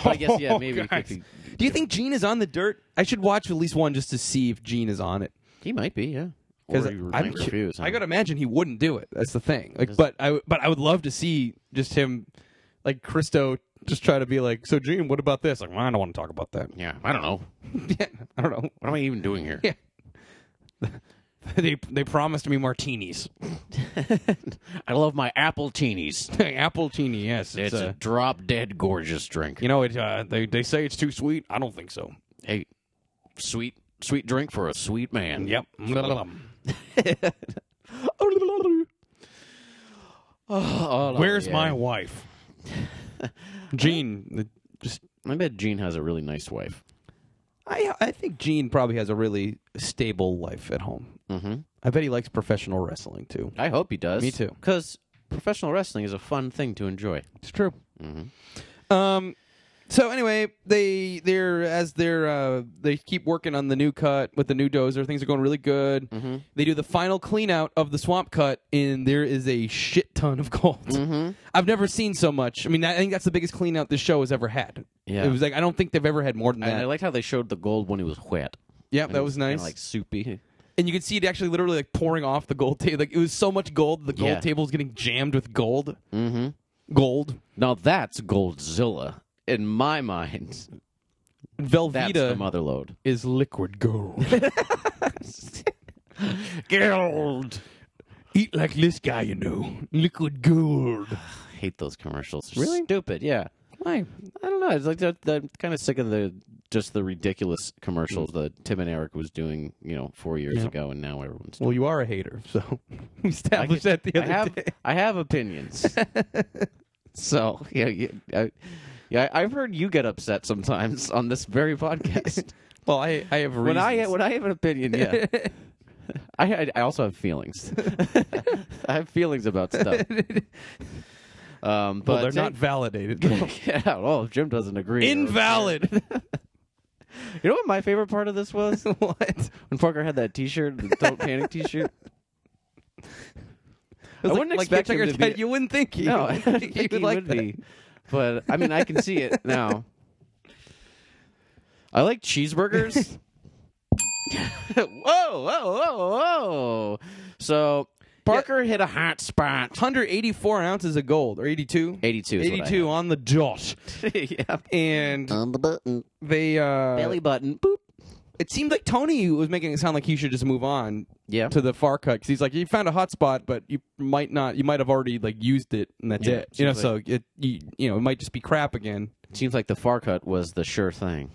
Speaker 1: But I guess yeah, maybe
Speaker 2: guys.
Speaker 1: if he,
Speaker 2: Do you think Gene is on the dirt? I should watch at least one just to see if Gene is on it.
Speaker 1: he might be yeah. Or
Speaker 2: Because
Speaker 1: he
Speaker 2: I'm,
Speaker 1: might
Speaker 2: cu-
Speaker 1: refuse,
Speaker 2: I
Speaker 1: huh?
Speaker 2: gotta imagine he wouldn't do it. That's the thing. Like, but I w- but I would love to see just him, like Christo, just try to be like, so Gene, what about this? Like, [LAUGHS] well, I don't want to talk about that.
Speaker 1: yeah. I don't know.
Speaker 2: Yeah, I don't know. [LAUGHS]
Speaker 1: What am I even doing [LAUGHS] here?
Speaker 2: Yeah.
Speaker 1: [LAUGHS]
Speaker 2: they they promised me martinis,
Speaker 1: I love my apple teenies.
Speaker 2: apple teeny. Yes,
Speaker 1: [LAUGHS]
Speaker 2: it's,
Speaker 1: It's
Speaker 2: uh,
Speaker 1: a drop dead gorgeous drink.
Speaker 2: you know it. Uh, they they say it's too sweet. I don't think so.
Speaker 1: Hey, sweet sweet drink for a sweet man.
Speaker 2: [LAUGHS] Yep.
Speaker 1: Oh,
Speaker 2: Where's
Speaker 1: yeah.
Speaker 2: my wife? Gene, the- just
Speaker 1: I bet Gene has a really nice wife.
Speaker 2: I I think Gene probably has a really stable life at home.
Speaker 1: Mhm.
Speaker 2: I bet he likes professional wrestling too.
Speaker 1: I hope he does.
Speaker 2: Me too.
Speaker 1: Because professional wrestling is a fun thing to enjoy.
Speaker 2: It's true.
Speaker 1: Mm-hmm.
Speaker 2: Um. So anyway, they they're as they're uh, they keep working on the new cut with the new dozer. Things are going really good.
Speaker 1: Mm-hmm.
Speaker 2: They do the final clean out of the swamp cut, and there is a shit ton of gold.
Speaker 1: Mm-hmm.
Speaker 2: I've never seen so much. I mean, I think that's the biggest clean out this show has ever had.
Speaker 1: Yeah.
Speaker 2: it was like I don't think they've ever had more than
Speaker 1: And I
Speaker 2: that.
Speaker 1: liked how they showed the gold when he was wet.
Speaker 2: Yeah,
Speaker 1: And it
Speaker 2: that was
Speaker 1: kinda,
Speaker 2: nice.
Speaker 1: like soupy.
Speaker 2: and you could see it actually literally like pouring off the gold table. Like it was so much gold, the gold
Speaker 1: Yeah.
Speaker 2: table was getting jammed with gold.
Speaker 1: Mm-hmm.
Speaker 2: Gold,
Speaker 1: Now that's Goldzilla. In my mind, that's the
Speaker 2: Velveeta
Speaker 1: mother load.
Speaker 2: is liquid gold. [LAUGHS]
Speaker 1: Gold.
Speaker 2: Eat like this guy, you know, liquid gold.
Speaker 1: I hate those commercials. They're
Speaker 2: Really?
Speaker 1: Stupid. Yeah.
Speaker 2: Why?
Speaker 1: I don't know. It's like that. I'm kind of sick of the just the ridiculous commercials that Tim and Eric was doing, you know, four years
Speaker 2: Mm. Yeah.
Speaker 1: ago, and now everyone's.
Speaker 2: Well, you are a hater, so [LAUGHS] we
Speaker 1: I
Speaker 2: established
Speaker 1: get-
Speaker 2: that the
Speaker 1: I
Speaker 2: other
Speaker 1: have,
Speaker 2: day. [LAUGHS]
Speaker 1: I have opinions. [LAUGHS] so yeah, yeah, I, yeah. I've heard you get upset sometimes on this very [LAUGHS] podcast.
Speaker 2: Well, I I have
Speaker 1: when
Speaker 2: reasons.
Speaker 1: I
Speaker 2: [LAUGHS]
Speaker 1: when I have an opinion, yeah. [LAUGHS] I [LAUGHS] I- I also have feelings. I have feelings about stuff. Um, but
Speaker 2: Well, they're not validated.
Speaker 1: [LAUGHS] yeah, well, if Jim doesn't agree. then-
Speaker 2: [LAUGHS] Invalid.
Speaker 1: You know what my favorite part of this [LAUGHS] was?
Speaker 2: what?
Speaker 1: when Parker had that T-shirt, the "Don't Panic" [LAUGHS] T-shirt. I wouldn't expect him [LAUGHS] to be.
Speaker 2: You wouldn't think he, [LAUGHS]
Speaker 1: no, I
Speaker 2: you
Speaker 1: don't
Speaker 2: wouldn't think
Speaker 1: think
Speaker 2: he would like that.
Speaker 1: be. But I mean, I can see it [LAUGHS] now. I like [LAUGHS] cheeseburgers. whoa, whoa, whoa, whoa! So Parker hit a hot spot.
Speaker 2: 184 ounces of gold, or 82?
Speaker 1: Eighty-two. Is
Speaker 2: 82 on the [LAUGHS] dot.
Speaker 1: What I had. [LAUGHS] yeah.
Speaker 2: And
Speaker 3: On the button.
Speaker 2: they, uh,
Speaker 1: Belly button. Boop.
Speaker 2: it seemed like Tony was making it sound like he should just move on
Speaker 1: Yeah.
Speaker 2: to the far cut. 'cause he's like, you found a hot spot, but you might not, you might have already, like, used it, and that's
Speaker 1: Yeah,
Speaker 2: it. You know,
Speaker 1: seems
Speaker 2: so it, you, you know, it might just be crap again.
Speaker 1: Seems like the far cut was the sure thing.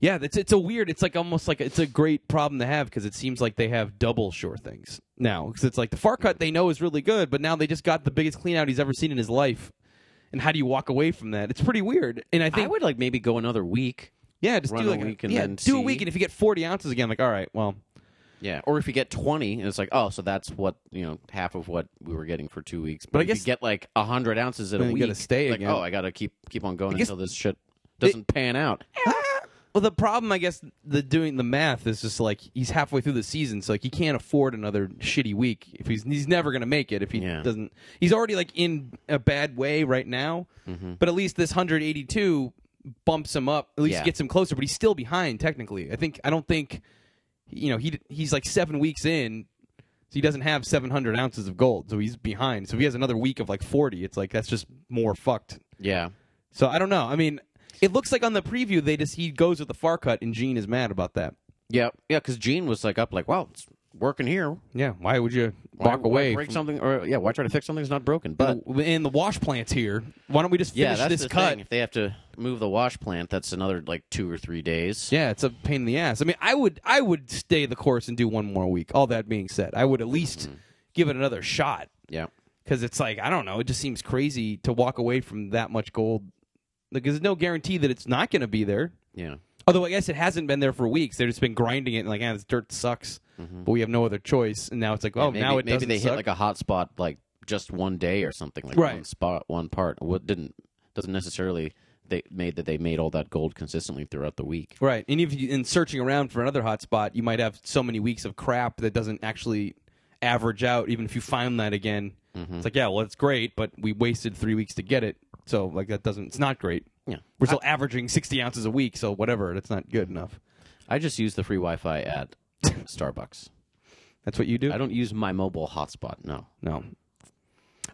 Speaker 2: Yeah, it's it's a weird. It's like almost like it's a great problem to have because it seems like they have double sure things now. Because it's like the far cut they know is really good, but now they just got the biggest clean out he's ever seen in his life. And how do you walk away from that? It's pretty weird. And I
Speaker 1: I
Speaker 2: think
Speaker 1: would like maybe go another week.
Speaker 2: yeah, just
Speaker 1: run
Speaker 2: do
Speaker 1: a
Speaker 2: like
Speaker 1: week and
Speaker 2: yeah,
Speaker 1: then
Speaker 2: do a week,
Speaker 1: see.
Speaker 2: and if you get forty ounces again, like all right, well,
Speaker 1: Yeah, or if you get twenty, and it's like, oh, so that's what you know, half of what we were getting for two weeks. But,
Speaker 2: I
Speaker 1: if
Speaker 2: guess-
Speaker 1: you get like hundred ounces in a
Speaker 2: Then you
Speaker 1: week,
Speaker 2: gotta stay
Speaker 1: like,
Speaker 2: again.
Speaker 1: oh, I gotta keep keep on going
Speaker 2: guess-
Speaker 1: until this shit doesn't pan out.
Speaker 2: well, the problem I guess the doing the math is just like he's halfway through the season, so like he can't afford another shitty week if he's he's never gonna make it if he
Speaker 1: Yeah.
Speaker 2: doesn't. He's already like in a bad way right now,
Speaker 1: Mm-hmm.
Speaker 2: but at least this 182 bumps him up. At least
Speaker 1: Yeah.
Speaker 2: gets him closer, but he's still behind technically. I think I don't think you know he he's like seven weeks in. So he doesn't have 700 ounces of gold, so he's behind. So if he has another week of like 40, it's like that's just more fucked.
Speaker 1: Yeah,
Speaker 2: So I don't know. I mean, it looks like on the preview they just he goes with the far cut, and Gene is mad about that.
Speaker 1: yeah, yeah. Because Gene was like up, like, wow, it's working here.
Speaker 2: Yeah, why would you
Speaker 1: Why-
Speaker 2: walk
Speaker 1: why
Speaker 2: away?
Speaker 1: break
Speaker 2: from-
Speaker 1: something, or yeah, why try to fix something that's not broken? But
Speaker 2: and the wash plant's here. Why don't we just
Speaker 1: yeah,
Speaker 2: finish
Speaker 1: that's
Speaker 2: this
Speaker 1: the
Speaker 2: cut?
Speaker 1: thing. If they have to move the wash plant, that's another like two or three days.
Speaker 2: Yeah, it's a pain in the ass. I mean, I would I would stay the course and do one more week. All that being said, I would at least
Speaker 1: Mm-hmm.
Speaker 2: give it another shot
Speaker 1: yeah.
Speaker 2: because it's like I don't know. It just seems crazy to walk away from that much gold. Like, there's no guarantee that it's not going to be there.
Speaker 1: yeah.
Speaker 2: Although I guess it hasn't been there for weeks. They've just been grinding it and like, ah, this dirt sucks. But we have no other choice. And now it's like, oh,
Speaker 1: Yeah, Mm-hmm. maybe,
Speaker 2: now it
Speaker 1: maybe
Speaker 2: doesn't
Speaker 1: they
Speaker 2: suck.
Speaker 1: hit like a hot spot like just one day or something like
Speaker 2: Right.
Speaker 1: one spot one part what didn't doesn't necessarily they made that they made all that gold consistently throughout the week
Speaker 2: right. And if you in searching around for another hot spot, you might have so many weeks of crap that doesn't actually average out. Even if you find that again,
Speaker 1: Mm-hmm.
Speaker 2: it's like, yeah, well, it's great, but we wasted three weeks to get it. So like that doesn't. It's not great.
Speaker 1: Yeah. Mm-hmm.
Speaker 2: We're still averaging sixty ounces a week, so whatever. That's not good enough.
Speaker 1: i just use the free wi-fi at starbucks
Speaker 2: That's what you do.
Speaker 1: i don't use my mobile hotspot no
Speaker 2: No.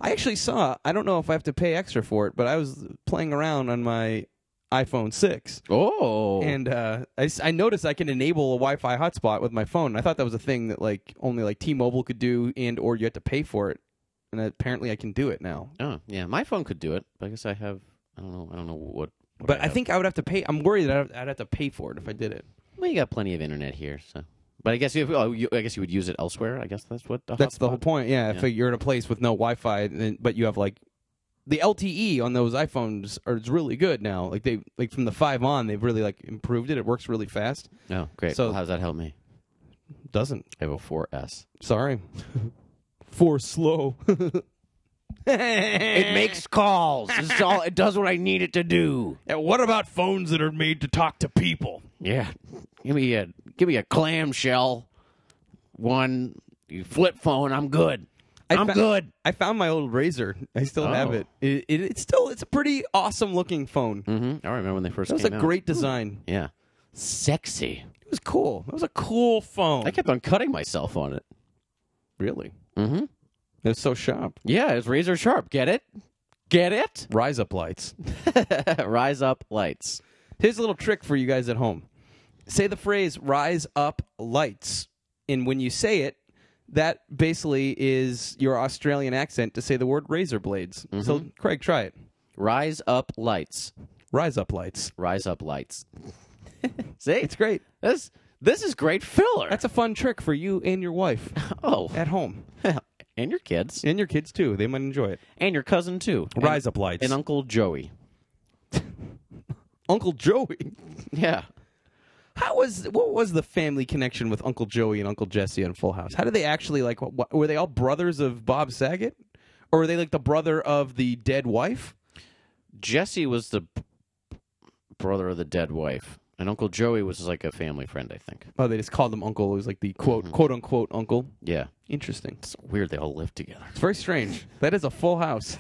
Speaker 2: I actually saw, I don't know if I have to pay extra for it, but I was playing around on my iPhone 6.
Speaker 1: oh
Speaker 2: And uh, I, s- I noticed I can enable a Wi-Fi hotspot with my phone. I thought that was a thing that like only like T-Mobile could do, and or you had to pay for it. And apparently, I can do it now.
Speaker 1: oh yeah my phone could do it but i guess i have i don't know i don't know what, what
Speaker 2: But I
Speaker 1: have.
Speaker 2: think I would have to pay. I'm worried that I'd- I'd have to pay for it if I did it.
Speaker 1: well you got plenty of internet here so but i guess you, oh, you i guess you would use it elsewhere i guess that's what the
Speaker 2: That's the
Speaker 1: hotspot-
Speaker 2: whole point. Yeah,
Speaker 1: Yeah.
Speaker 2: if you're in a place with no Wi-Fi, then- but you have like the LTE on those iPhones are it's really good now. Like they like from the five on, they've really like improved it. It works really fast.
Speaker 1: oh
Speaker 2: So-
Speaker 1: great so well, how does that help me
Speaker 2: Doesn't.
Speaker 1: i have a 4s
Speaker 2: Sorry. [LAUGHS] For slow. [LAUGHS]
Speaker 3: It makes calls. This is all. It does what I need it to do.
Speaker 2: what about phones that are made to talk to people?
Speaker 1: yeah
Speaker 3: Give me a give me a clamshell. One you flip phone. I'm good.
Speaker 2: I
Speaker 3: I'm
Speaker 2: fa-
Speaker 3: good.
Speaker 2: I found my old razor. I still have
Speaker 1: Oh.
Speaker 2: it. It, it. It's still it's a pretty awesome looking phone.
Speaker 1: Mm-hmm. I remember when they first
Speaker 2: That was a
Speaker 1: came out. Hmm.
Speaker 2: great design.
Speaker 1: Yeah. Sexy.
Speaker 2: It was cool. That was a cool phone.
Speaker 1: I kept on cutting myself on it.
Speaker 2: really.
Speaker 1: Mm-hmm.
Speaker 2: It was so sharp.
Speaker 1: Yeah, it's razor sharp. Get it? Get it?
Speaker 2: Rise up lights.
Speaker 1: [LAUGHS] Rise up lights.
Speaker 2: Here's a little trick for you guys at home. Say the phrase rise up lights. And when you say it, that basically is your Australian accent to say the word razor blades.
Speaker 1: Mm-hmm.
Speaker 2: So, Craig, try it.
Speaker 1: Rise up lights.
Speaker 2: Rise up lights.
Speaker 1: Rise up lights. See?
Speaker 2: It's great.
Speaker 1: This this is great filler.
Speaker 2: That's a fun trick for you and your wife
Speaker 1: [LAUGHS] oh.
Speaker 2: at home.
Speaker 1: and your kids.
Speaker 2: And your kids, too. They might enjoy it.
Speaker 1: And your cousin too.
Speaker 2: Rise
Speaker 1: and,
Speaker 2: up lights.
Speaker 1: And Uncle Joey.
Speaker 2: Uncle Joey.
Speaker 1: Yeah.
Speaker 2: How was what was the family connection with Uncle Joey and Uncle Jesse on Full House? How did they actually like? What, were they all brothers of Bob Saget, or were they like the brother of the dead wife?
Speaker 1: Jesse was the b- brother of the dead wife, and Uncle Joey was like a family friend, I think.
Speaker 2: Oh, they just called him uncle. It was like the quote
Speaker 1: Mm-hmm.
Speaker 2: quote unquote uncle.
Speaker 1: Yeah,
Speaker 2: Interesting.
Speaker 1: it's weird they all lived together.
Speaker 2: It's very strange. That is a full
Speaker 1: [LAUGHS]
Speaker 2: house.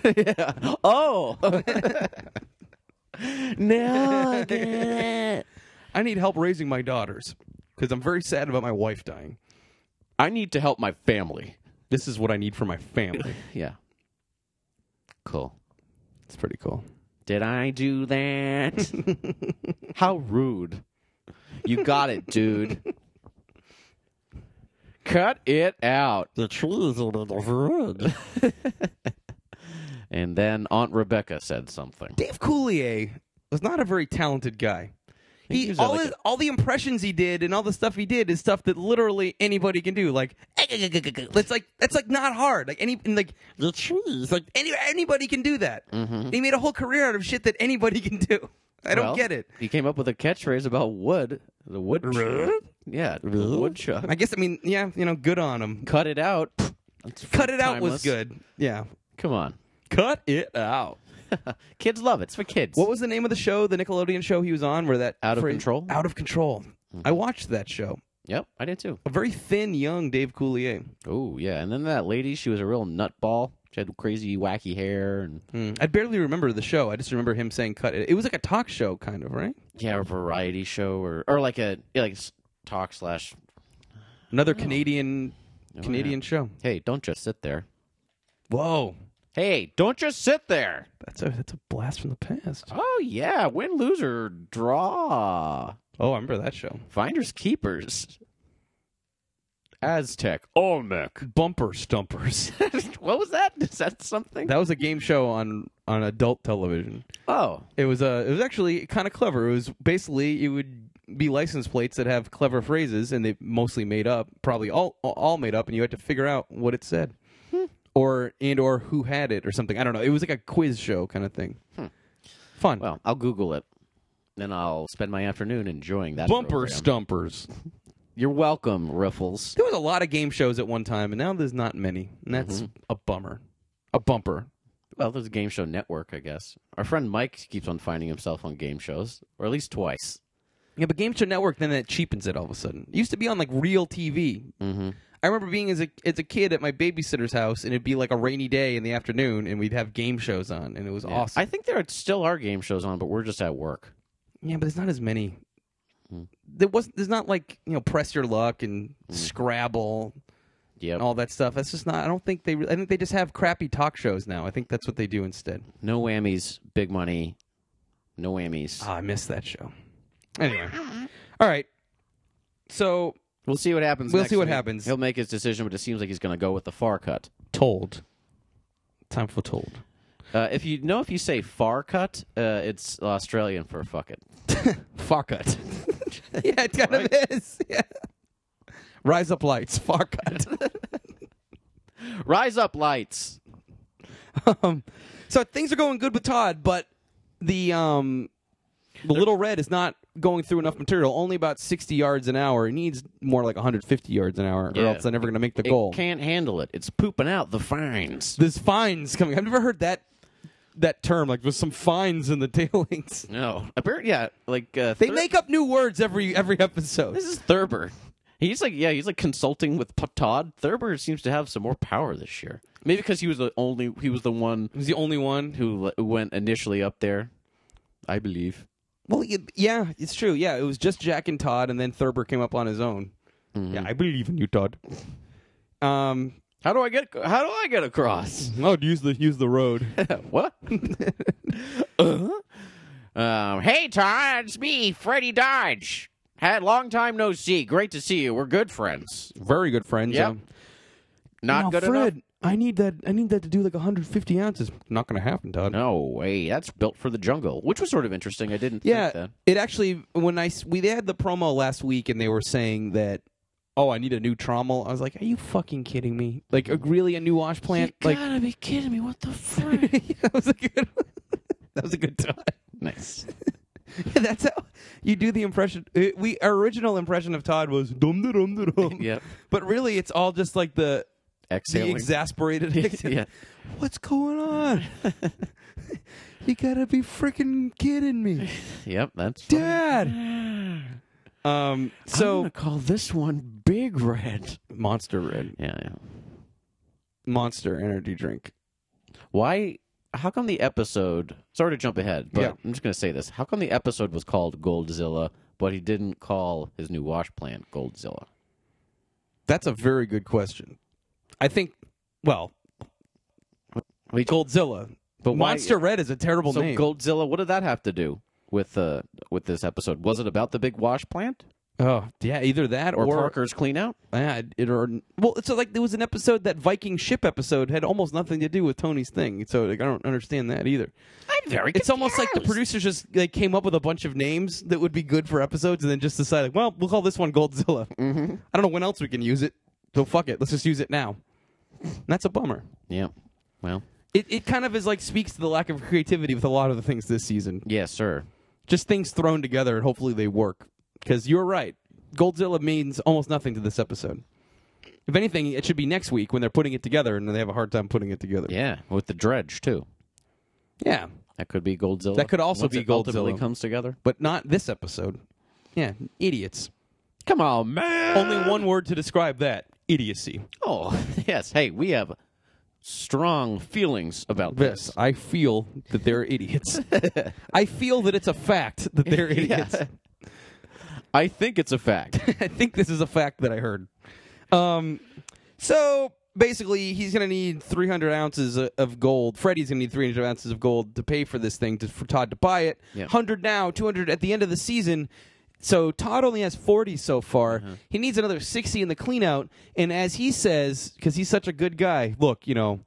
Speaker 1: Oh, now I get it.
Speaker 2: I need help raising my daughters because I'm very sad about my wife dying.
Speaker 1: I need to help my family.
Speaker 2: This is what I need for my family.
Speaker 1: Yeah, cool.
Speaker 2: It's pretty cool.
Speaker 1: Did I do that?
Speaker 2: [LAUGHS]
Speaker 1: How rude. You got it, dude. Cut it out.
Speaker 3: The trees are the road.
Speaker 1: [LAUGHS] And then Aunt Rebecca said something.
Speaker 2: Dave Coulier was not a very talented guy.
Speaker 1: he
Speaker 2: He,
Speaker 1: was a-
Speaker 2: all,
Speaker 1: like
Speaker 2: his, all the impressions he did and all the stuff he did is stuff that literally anybody can do. Like it's like that's like not hard. Like any and like
Speaker 3: The trees
Speaker 2: like any, anybody can do that. And He made a whole career out of shit that anybody can do. I don't
Speaker 1: Mm-hmm. Well,
Speaker 2: get it.
Speaker 1: He came up with a catchphrase about wood. The wood. Yeah, the woodchuck.
Speaker 2: I guess I mean yeah, you know, good on him.
Speaker 1: Cut it out. That's
Speaker 2: Cut it out was
Speaker 1: timeless.
Speaker 2: good. Yeah,
Speaker 1: Come on. [LAUGHS]
Speaker 2: cut it out.
Speaker 1: Kids love it. It's for kids.
Speaker 2: What was the name of the show? The Nickelodeon show he was on, where that
Speaker 1: Out of
Speaker 2: phrase-
Speaker 1: Control?
Speaker 2: Out of control. Hmm. I watched that show.
Speaker 1: Yep, I did too.
Speaker 2: A very thin, young Dave Coulier.
Speaker 1: Oh, yeah. And then that lady, she was a real nutball. She had crazy, wacky hair and
Speaker 2: I barely remember the show. I just remember him saying "cut it." It was like a talk show, kind of, right?
Speaker 1: yeah, a variety show or or like a yeah, like s- talk slash. oh,
Speaker 2: Another Canadian Canadian show.
Speaker 1: Hey, don't just sit there.
Speaker 2: Whoa,
Speaker 1: Hey, don't just sit there.
Speaker 2: that's a that's a blast from the past.
Speaker 1: Oh yeah, win, lose or draw.
Speaker 2: Oh, I remember that show.
Speaker 1: Finders keepers. Aztec, Oh, Olmec.
Speaker 2: Bumper Stumpers.
Speaker 1: [LAUGHS]
Speaker 2: [LAUGHS]
Speaker 1: what was that? Is that something?
Speaker 2: that was a game show on on adult television.
Speaker 1: Oh,
Speaker 2: It was uh, it was actually kind of clever. It was basically it would be license plates that have clever phrases and they mostly made up, probably all all made up, and you had to figure out what it said, or and or who had it or something. I don't know. It was like a quiz show kind of thing. Fun.
Speaker 1: well, I'll Google it, then I'll spend my afternoon enjoying that.
Speaker 2: Bumper
Speaker 1: program.
Speaker 2: Stumpers.
Speaker 1: You're welcome, Riffles.
Speaker 2: There was a lot of game shows at one time, and now there's not many, and that's a bummer. A bumper.
Speaker 1: Well, there's a game show network, I guess. Our friend Mike keeps on finding himself on game shows, or at least twice.
Speaker 2: Yeah, but Game Show Network then that cheapens it all of a sudden. It used to be on like real TV. Mm-hmm. I remember being as a as a kid at my babysitter's house, and it'd be like a rainy day in the afternoon, and we'd have game shows on, and it was awesome.
Speaker 1: I think there are still are game shows on, but we're just at work.
Speaker 2: yeah, but there's not as many. There was there's not like you know press your luck and Scrabble
Speaker 1: Yep.
Speaker 2: and all that stuff. That's just not. I don't think they. re- I think they just have crappy talk shows now. I think that's what they do instead.
Speaker 1: No whammies, big money. No whammies.
Speaker 2: Ah, I missed that show. Anyway, all right. So
Speaker 1: we'll see what happens.
Speaker 2: We'll
Speaker 1: next
Speaker 2: see what
Speaker 1: week.
Speaker 2: happens.
Speaker 1: He'll make his decision, but it seems like he's going to go with the far cut.
Speaker 2: told. Time for told.
Speaker 1: Uh, if you know, if you say far cut, uh, it's Australian for
Speaker 2: [LAUGHS]
Speaker 1: fuck it.
Speaker 2: Farcut. [LAUGHS] yeah, it kind of is. [LAUGHS] Yeah. Rise up lights, Farcut.
Speaker 1: Rise up, lights.
Speaker 2: um, so things are going good with Todd, but the um, the little red is not going through enough material. Only about sixty yards an hour. It needs more like one hundred fifty yards an hour, or
Speaker 1: Yeah.
Speaker 2: else they're never going to make the
Speaker 1: It
Speaker 2: goal.
Speaker 1: can't handle it. It's pooping out the fines.
Speaker 2: There's fines coming. I've never heard that that term. Like there's some fines in the [LAUGHS] tailings.
Speaker 1: No, apparently, yeah, like uh,
Speaker 2: They
Speaker 1: thir-
Speaker 2: make up new words every every episode.
Speaker 1: This is Thurber. He's like, yeah, he's like consulting with P- Todd. Thurber seems to have some more power this year. Maybe because he was the only, he was the one
Speaker 2: He's the only one.
Speaker 1: who le- went initially up there. I believe.
Speaker 2: Well, y- yeah, it's true. Yeah, it was just Jack and Todd, and then Thurber came up on his own.
Speaker 1: Mm-hmm.
Speaker 2: Yeah, I believe in you, Todd. Um,
Speaker 1: How do I get? How do I get across?
Speaker 2: no, Oh, use the use the
Speaker 1: [LAUGHS]
Speaker 2: road.
Speaker 1: what? uh Um, hey, Todd, it's me, Freddie Dodge. Had long time no see. Great to see you. We're good friends.
Speaker 2: Very good friends.
Speaker 1: Yep. Not
Speaker 2: now,
Speaker 1: good
Speaker 2: Fred,
Speaker 1: enough.
Speaker 2: I need that. I need that to do like 150 ounces. Not going to happen, Todd.
Speaker 1: No way. That's built for the jungle, which was sort of interesting. I didn't
Speaker 2: Yeah,
Speaker 1: think that.
Speaker 2: it actually when I s- we they had the promo last week, and they were saying that. Oh, I need a new trommel. I was like, "Are you fucking kidding me? Like, a, really a new wash plant? like,
Speaker 1: gotta be kidding me. What
Speaker 2: [LAUGHS]
Speaker 1: the frick?
Speaker 2: that was a good. [LAUGHS] that was a good time. [LAUGHS]
Speaker 1: nice.
Speaker 2: That's how you do the impression. uh, We our original impression of Todd was dum dum dum dum.
Speaker 1: [LAUGHS] Yep.
Speaker 2: But really, it's all just like the the
Speaker 1: exhaling.
Speaker 2: exasperated.
Speaker 1: [LAUGHS] yeah.
Speaker 2: What's going
Speaker 1: [LAUGHS]
Speaker 2: on? you gotta be freaking kidding
Speaker 1: [LAUGHS]
Speaker 2: me,
Speaker 1: Yep, that's fine. [LAUGHS]
Speaker 2: Dad. Um.
Speaker 1: I'm
Speaker 2: So
Speaker 1: gonna call this one Big Red.
Speaker 2: monster red
Speaker 1: Yeah, yeah.
Speaker 2: monster energy drink.
Speaker 1: Why? How come the episode? Sorry to jump ahead, but
Speaker 2: Yeah.
Speaker 1: I'm just gonna say this. How come the episode was called Goldzilla, but he didn't call his new wash plant Goldzilla?
Speaker 2: That's a very good question. I think. Well,
Speaker 1: We
Speaker 2: Goldzilla. But
Speaker 1: why-
Speaker 2: Monster Red is a terrible
Speaker 1: so
Speaker 2: name.
Speaker 1: Goldzilla. What did that have to do with uh with this episode? Was it about the big wash plant
Speaker 2: oh yeah, either that
Speaker 1: or,
Speaker 2: or,
Speaker 1: Parker's clean out?
Speaker 2: Yeah, it or well, so like there was an episode that Viking ship episode had almost nothing to do with Tony's thing. So like, I don't understand that either.
Speaker 3: I'm very
Speaker 2: It's almost like the producers just like came up with a bunch of names that would be good for episodes, and then just decided, well, we'll call this one Goldzilla. Mm-hmm. I don't know when else we can use it, so fuck it, let's just use it now. And that's a bummer.
Speaker 1: Yeah. Well,
Speaker 2: It it kind of is like speaks to the lack of creativity with a lot of the things this season.
Speaker 1: yes, sir.
Speaker 2: Just things thrown together, and hopefully they work. Because you're right, Goldzilla means almost nothing to this episode. If anything, it should be next week when they're putting it together, and they have a hard time putting it together.
Speaker 1: Yeah, with the dredge too.
Speaker 2: yeah.
Speaker 1: That could be Goldzilla.
Speaker 2: That could also
Speaker 1: Once
Speaker 2: be
Speaker 1: it ultimately
Speaker 2: Goldzilla.
Speaker 1: comes together.
Speaker 2: but not this episode. Yeah, idiots.
Speaker 1: Come on, man.
Speaker 2: Only one word to describe that idiocy.
Speaker 1: Oh, [LAUGHS] yes. Hey, we have strong feelings about
Speaker 2: This.
Speaker 1: this.
Speaker 2: I feel that they're
Speaker 1: [LAUGHS]
Speaker 2: idiots. I feel that it's a fact that they're idiots.
Speaker 1: I think it's a fact.
Speaker 2: [LAUGHS] I think this is a fact that I heard. Um, so basically, he's going to need 300 ounces o- of gold. Freddy's going to need 300 ounces of gold to pay for this thing to, for Todd to buy it.
Speaker 1: Yeah.
Speaker 2: 100 now, 200 at the end of the season. So Todd only has 40 so far. He needs another 60 in the cleanout. And as he says, because he's such a good guy, look, you know,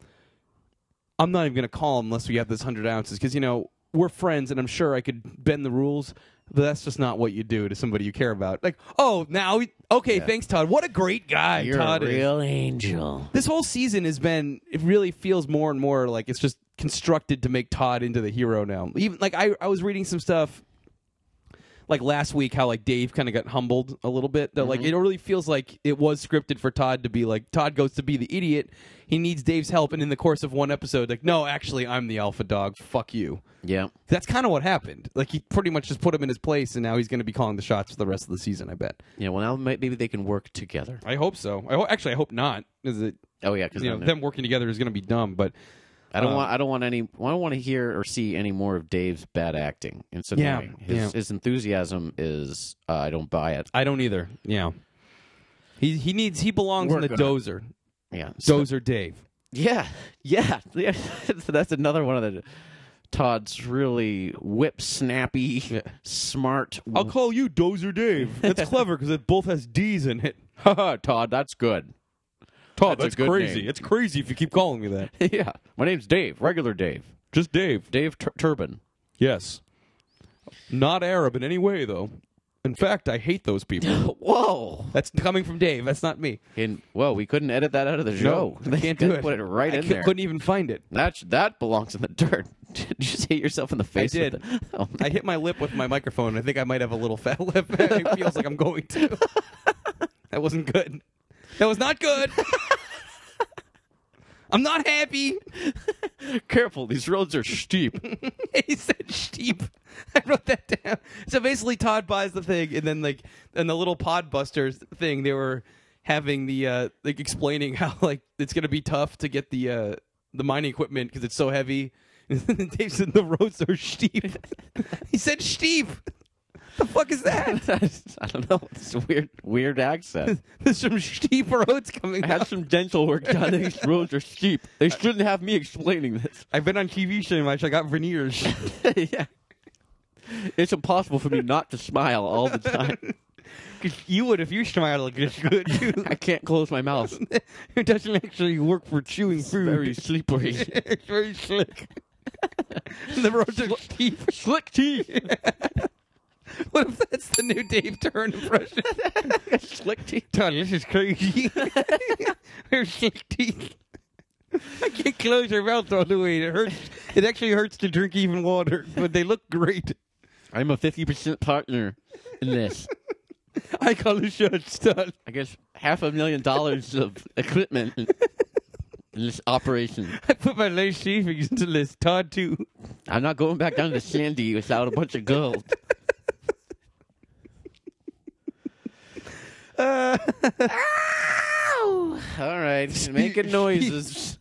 Speaker 2: I'm not even going to call him unless we have this 100 ounces because, you know, we're friends and I'm sure I could bend the rules, but that's just not what you do to somebody you care about. Like, oh, now, he- okay, thanks, Todd. What a great guy
Speaker 1: [LAUGHS] You're
Speaker 2: Todd
Speaker 1: a
Speaker 2: is.
Speaker 1: real angel.
Speaker 2: This whole season has been, it really feels more and more like it's just constructed to make Todd into the hero now. Even like I, I was reading some stuff like last week how like Dave kind of got humbled a little bit that like it really feels like it was scripted for Todd to be like Todd goes to be the idiot he needs Dave's help and in the course of one episode like no actually I'm the alpha dog fuck you
Speaker 1: Yeah.
Speaker 2: that's kind of what happened like he pretty much just put him in his place and now he's going to be calling the shots for the rest of the season I bet
Speaker 1: Yeah. Well, now may- maybe they can work together.
Speaker 2: I hope so I ho- actually I hope not is it
Speaker 1: Oh yeah, because
Speaker 2: you know them working together is going to be dumb but
Speaker 1: I don't want. I don't want any. I don't want to hear or see any more of Dave's bad acting. It's
Speaker 2: Yeah,
Speaker 1: annoying. His,
Speaker 2: yeah.
Speaker 1: his enthusiasm is. Uh, I don't buy it.
Speaker 2: I don't either yeah he he needs he belongs
Speaker 1: We're
Speaker 2: in the
Speaker 1: gonna-
Speaker 2: dozer
Speaker 1: Yeah. So,
Speaker 2: dozer Dave
Speaker 1: yeah. Yeah. yeah. [LAUGHS] That's another one of the. Todd's really whip snappy, smart.
Speaker 2: I'll [LAUGHS] call you Dozer Dave. [LAUGHS] That's clever because it both has D's in it.
Speaker 1: Todd, that's good.
Speaker 2: Todd,
Speaker 1: That's a
Speaker 2: Oh, that's,
Speaker 1: good
Speaker 2: crazy. [LAUGHS]
Speaker 1: name.
Speaker 2: It's crazy if you keep calling me that.
Speaker 1: yeah. My name's Dave, regular Dave.
Speaker 2: Just Dave.
Speaker 1: Dave Tur- Turbin.
Speaker 2: Yes. Not Arab in any way, though. In fact, I hate those people.
Speaker 1: [LAUGHS] Whoa.
Speaker 2: That's coming from Dave. That's not me.
Speaker 1: And whoa, we couldn't edit that out of the show.
Speaker 2: I can't do
Speaker 1: They
Speaker 2: it.
Speaker 1: Put it right
Speaker 2: I
Speaker 1: in
Speaker 2: cou-
Speaker 1: there.
Speaker 2: couldn't even find it.
Speaker 1: That sh- that belongs in the dirt. [LAUGHS] did you just hit yourself in the face? with
Speaker 2: did.
Speaker 1: it? [LAUGHS] Oh,
Speaker 2: I hit my lip with my microphone. I think I might have a little fat [LAUGHS] lip. it feels like I'm going to. [LAUGHS] that wasn't good. That was not good. [LAUGHS] I'm not happy. [LAUGHS]
Speaker 1: man. careful! These roads are steep. [LAUGHS]
Speaker 2: he said steep. [LAUGHS] I wrote that down. So basically, Todd buys the thing, and then like, and the little Podbusters thing, they were having the uh like explaining [LAUGHS] how like it's gonna be tough to get the uh the mining equipment because it's so heavy. [LAUGHS] And Dave said the roads are steep. [LAUGHS] he said steep. [LAUGHS] The fuck is that?
Speaker 1: I don't know. It's a weird
Speaker 2: [LAUGHS]
Speaker 1: weird accent.
Speaker 2: There's some steep roads coming.
Speaker 1: I had
Speaker 2: Out.
Speaker 1: some dental work done. These roads are steep. They shouldn't have me explaining this.
Speaker 2: [LAUGHS]
Speaker 1: [LAUGHS]
Speaker 2: I've been on TV so much. I got veneers.
Speaker 1: yeah. It's impossible for me not to smile all
Speaker 2: [LAUGHS]
Speaker 1: the time.
Speaker 2: Because you would if you smiled like this good
Speaker 3: [LAUGHS]
Speaker 2: too.
Speaker 1: I can't close my mouth.
Speaker 2: it doesn't actually work for chewing
Speaker 1: It's
Speaker 2: food.
Speaker 1: very slippery.
Speaker 2: [LAUGHS] it's very slick. [LAUGHS] the roads are steep.
Speaker 1: Slick teeth.
Speaker 2: [LAUGHS] What if that's the new Dave Turn impression?
Speaker 1: Slick teeth.
Speaker 2: Todd, this is
Speaker 3: [LAUGHS]
Speaker 2: crazy. There's slick teeth. I can't close your mouth all the way. It hurts. It actually hurts to drink even water, but they look [LAUGHS] great.
Speaker 1: I'm a 50% partner in this.
Speaker 2: I call the shots, Todd.
Speaker 1: [LAUGHS] I guess half a million dollars of equipment. this operation.
Speaker 2: I put my lace shavings into this tattoo.
Speaker 1: I'm not going back down to Sandy without a bunch of girls.
Speaker 2: Uh, [LAUGHS]
Speaker 1: Ow! All [LAUGHS] right, making noises.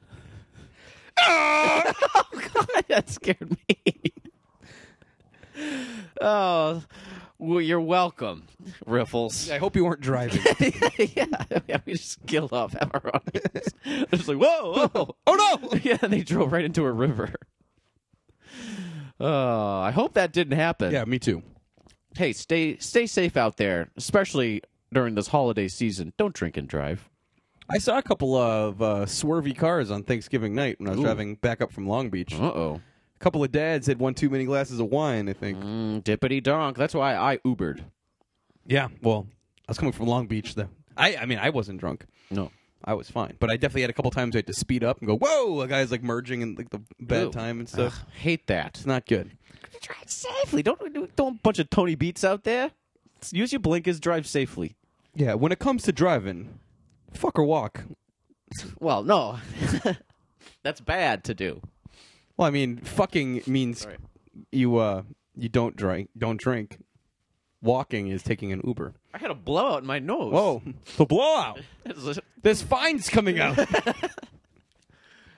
Speaker 1: [LAUGHS] oh God, that scared me. oh, well, you're welcome, Riffles.
Speaker 2: I hope you weren't driving.
Speaker 1: [LAUGHS] yeah, yeah, we just kill off have our audience. just like whoa, whoa.
Speaker 2: [LAUGHS] oh no!
Speaker 1: [LAUGHS] yeah, they drove right into a river. Uh, I hope that didn't happen.
Speaker 2: Yeah, me too.
Speaker 1: Hey, stay stay safe out there, especially during this holiday season. Don't drink and drive.
Speaker 2: I saw a couple of uh, swervy cars on Thanksgiving night when I was driving back up from Long Beach.
Speaker 1: Uh oh.
Speaker 2: A couple of dads had one too many glasses of wine, I think.
Speaker 1: Mm, dippity donk. That's why I Ubered.
Speaker 2: Yeah, well, I was coming from Long Beach though. I, I mean, I wasn't drunk.
Speaker 1: No.
Speaker 2: I was fine, but I definitely had a couple times I had to speed up and go, "Whoa!" A guy's like merging and like the bad
Speaker 1: Ew.
Speaker 2: time and stuff.
Speaker 1: Ugh, hate that.
Speaker 2: It's not good.
Speaker 1: Drive safely. Don't don't- don't bunch of Tony Beats out there. Use your blinkers. Drive safely.
Speaker 2: Yeah, when it comes to driving, fuck or walk.
Speaker 1: Well, no, [LAUGHS] that's bad to do.
Speaker 2: Well, I mean, fucking means you uh you don't drink, don't drink. Walking is taking an Uber.
Speaker 1: I had a blowout in my nose.
Speaker 2: Whoa, [LAUGHS] the blowout.
Speaker 1: Whoa.
Speaker 2: There's fines coming
Speaker 1: [LAUGHS]
Speaker 2: out.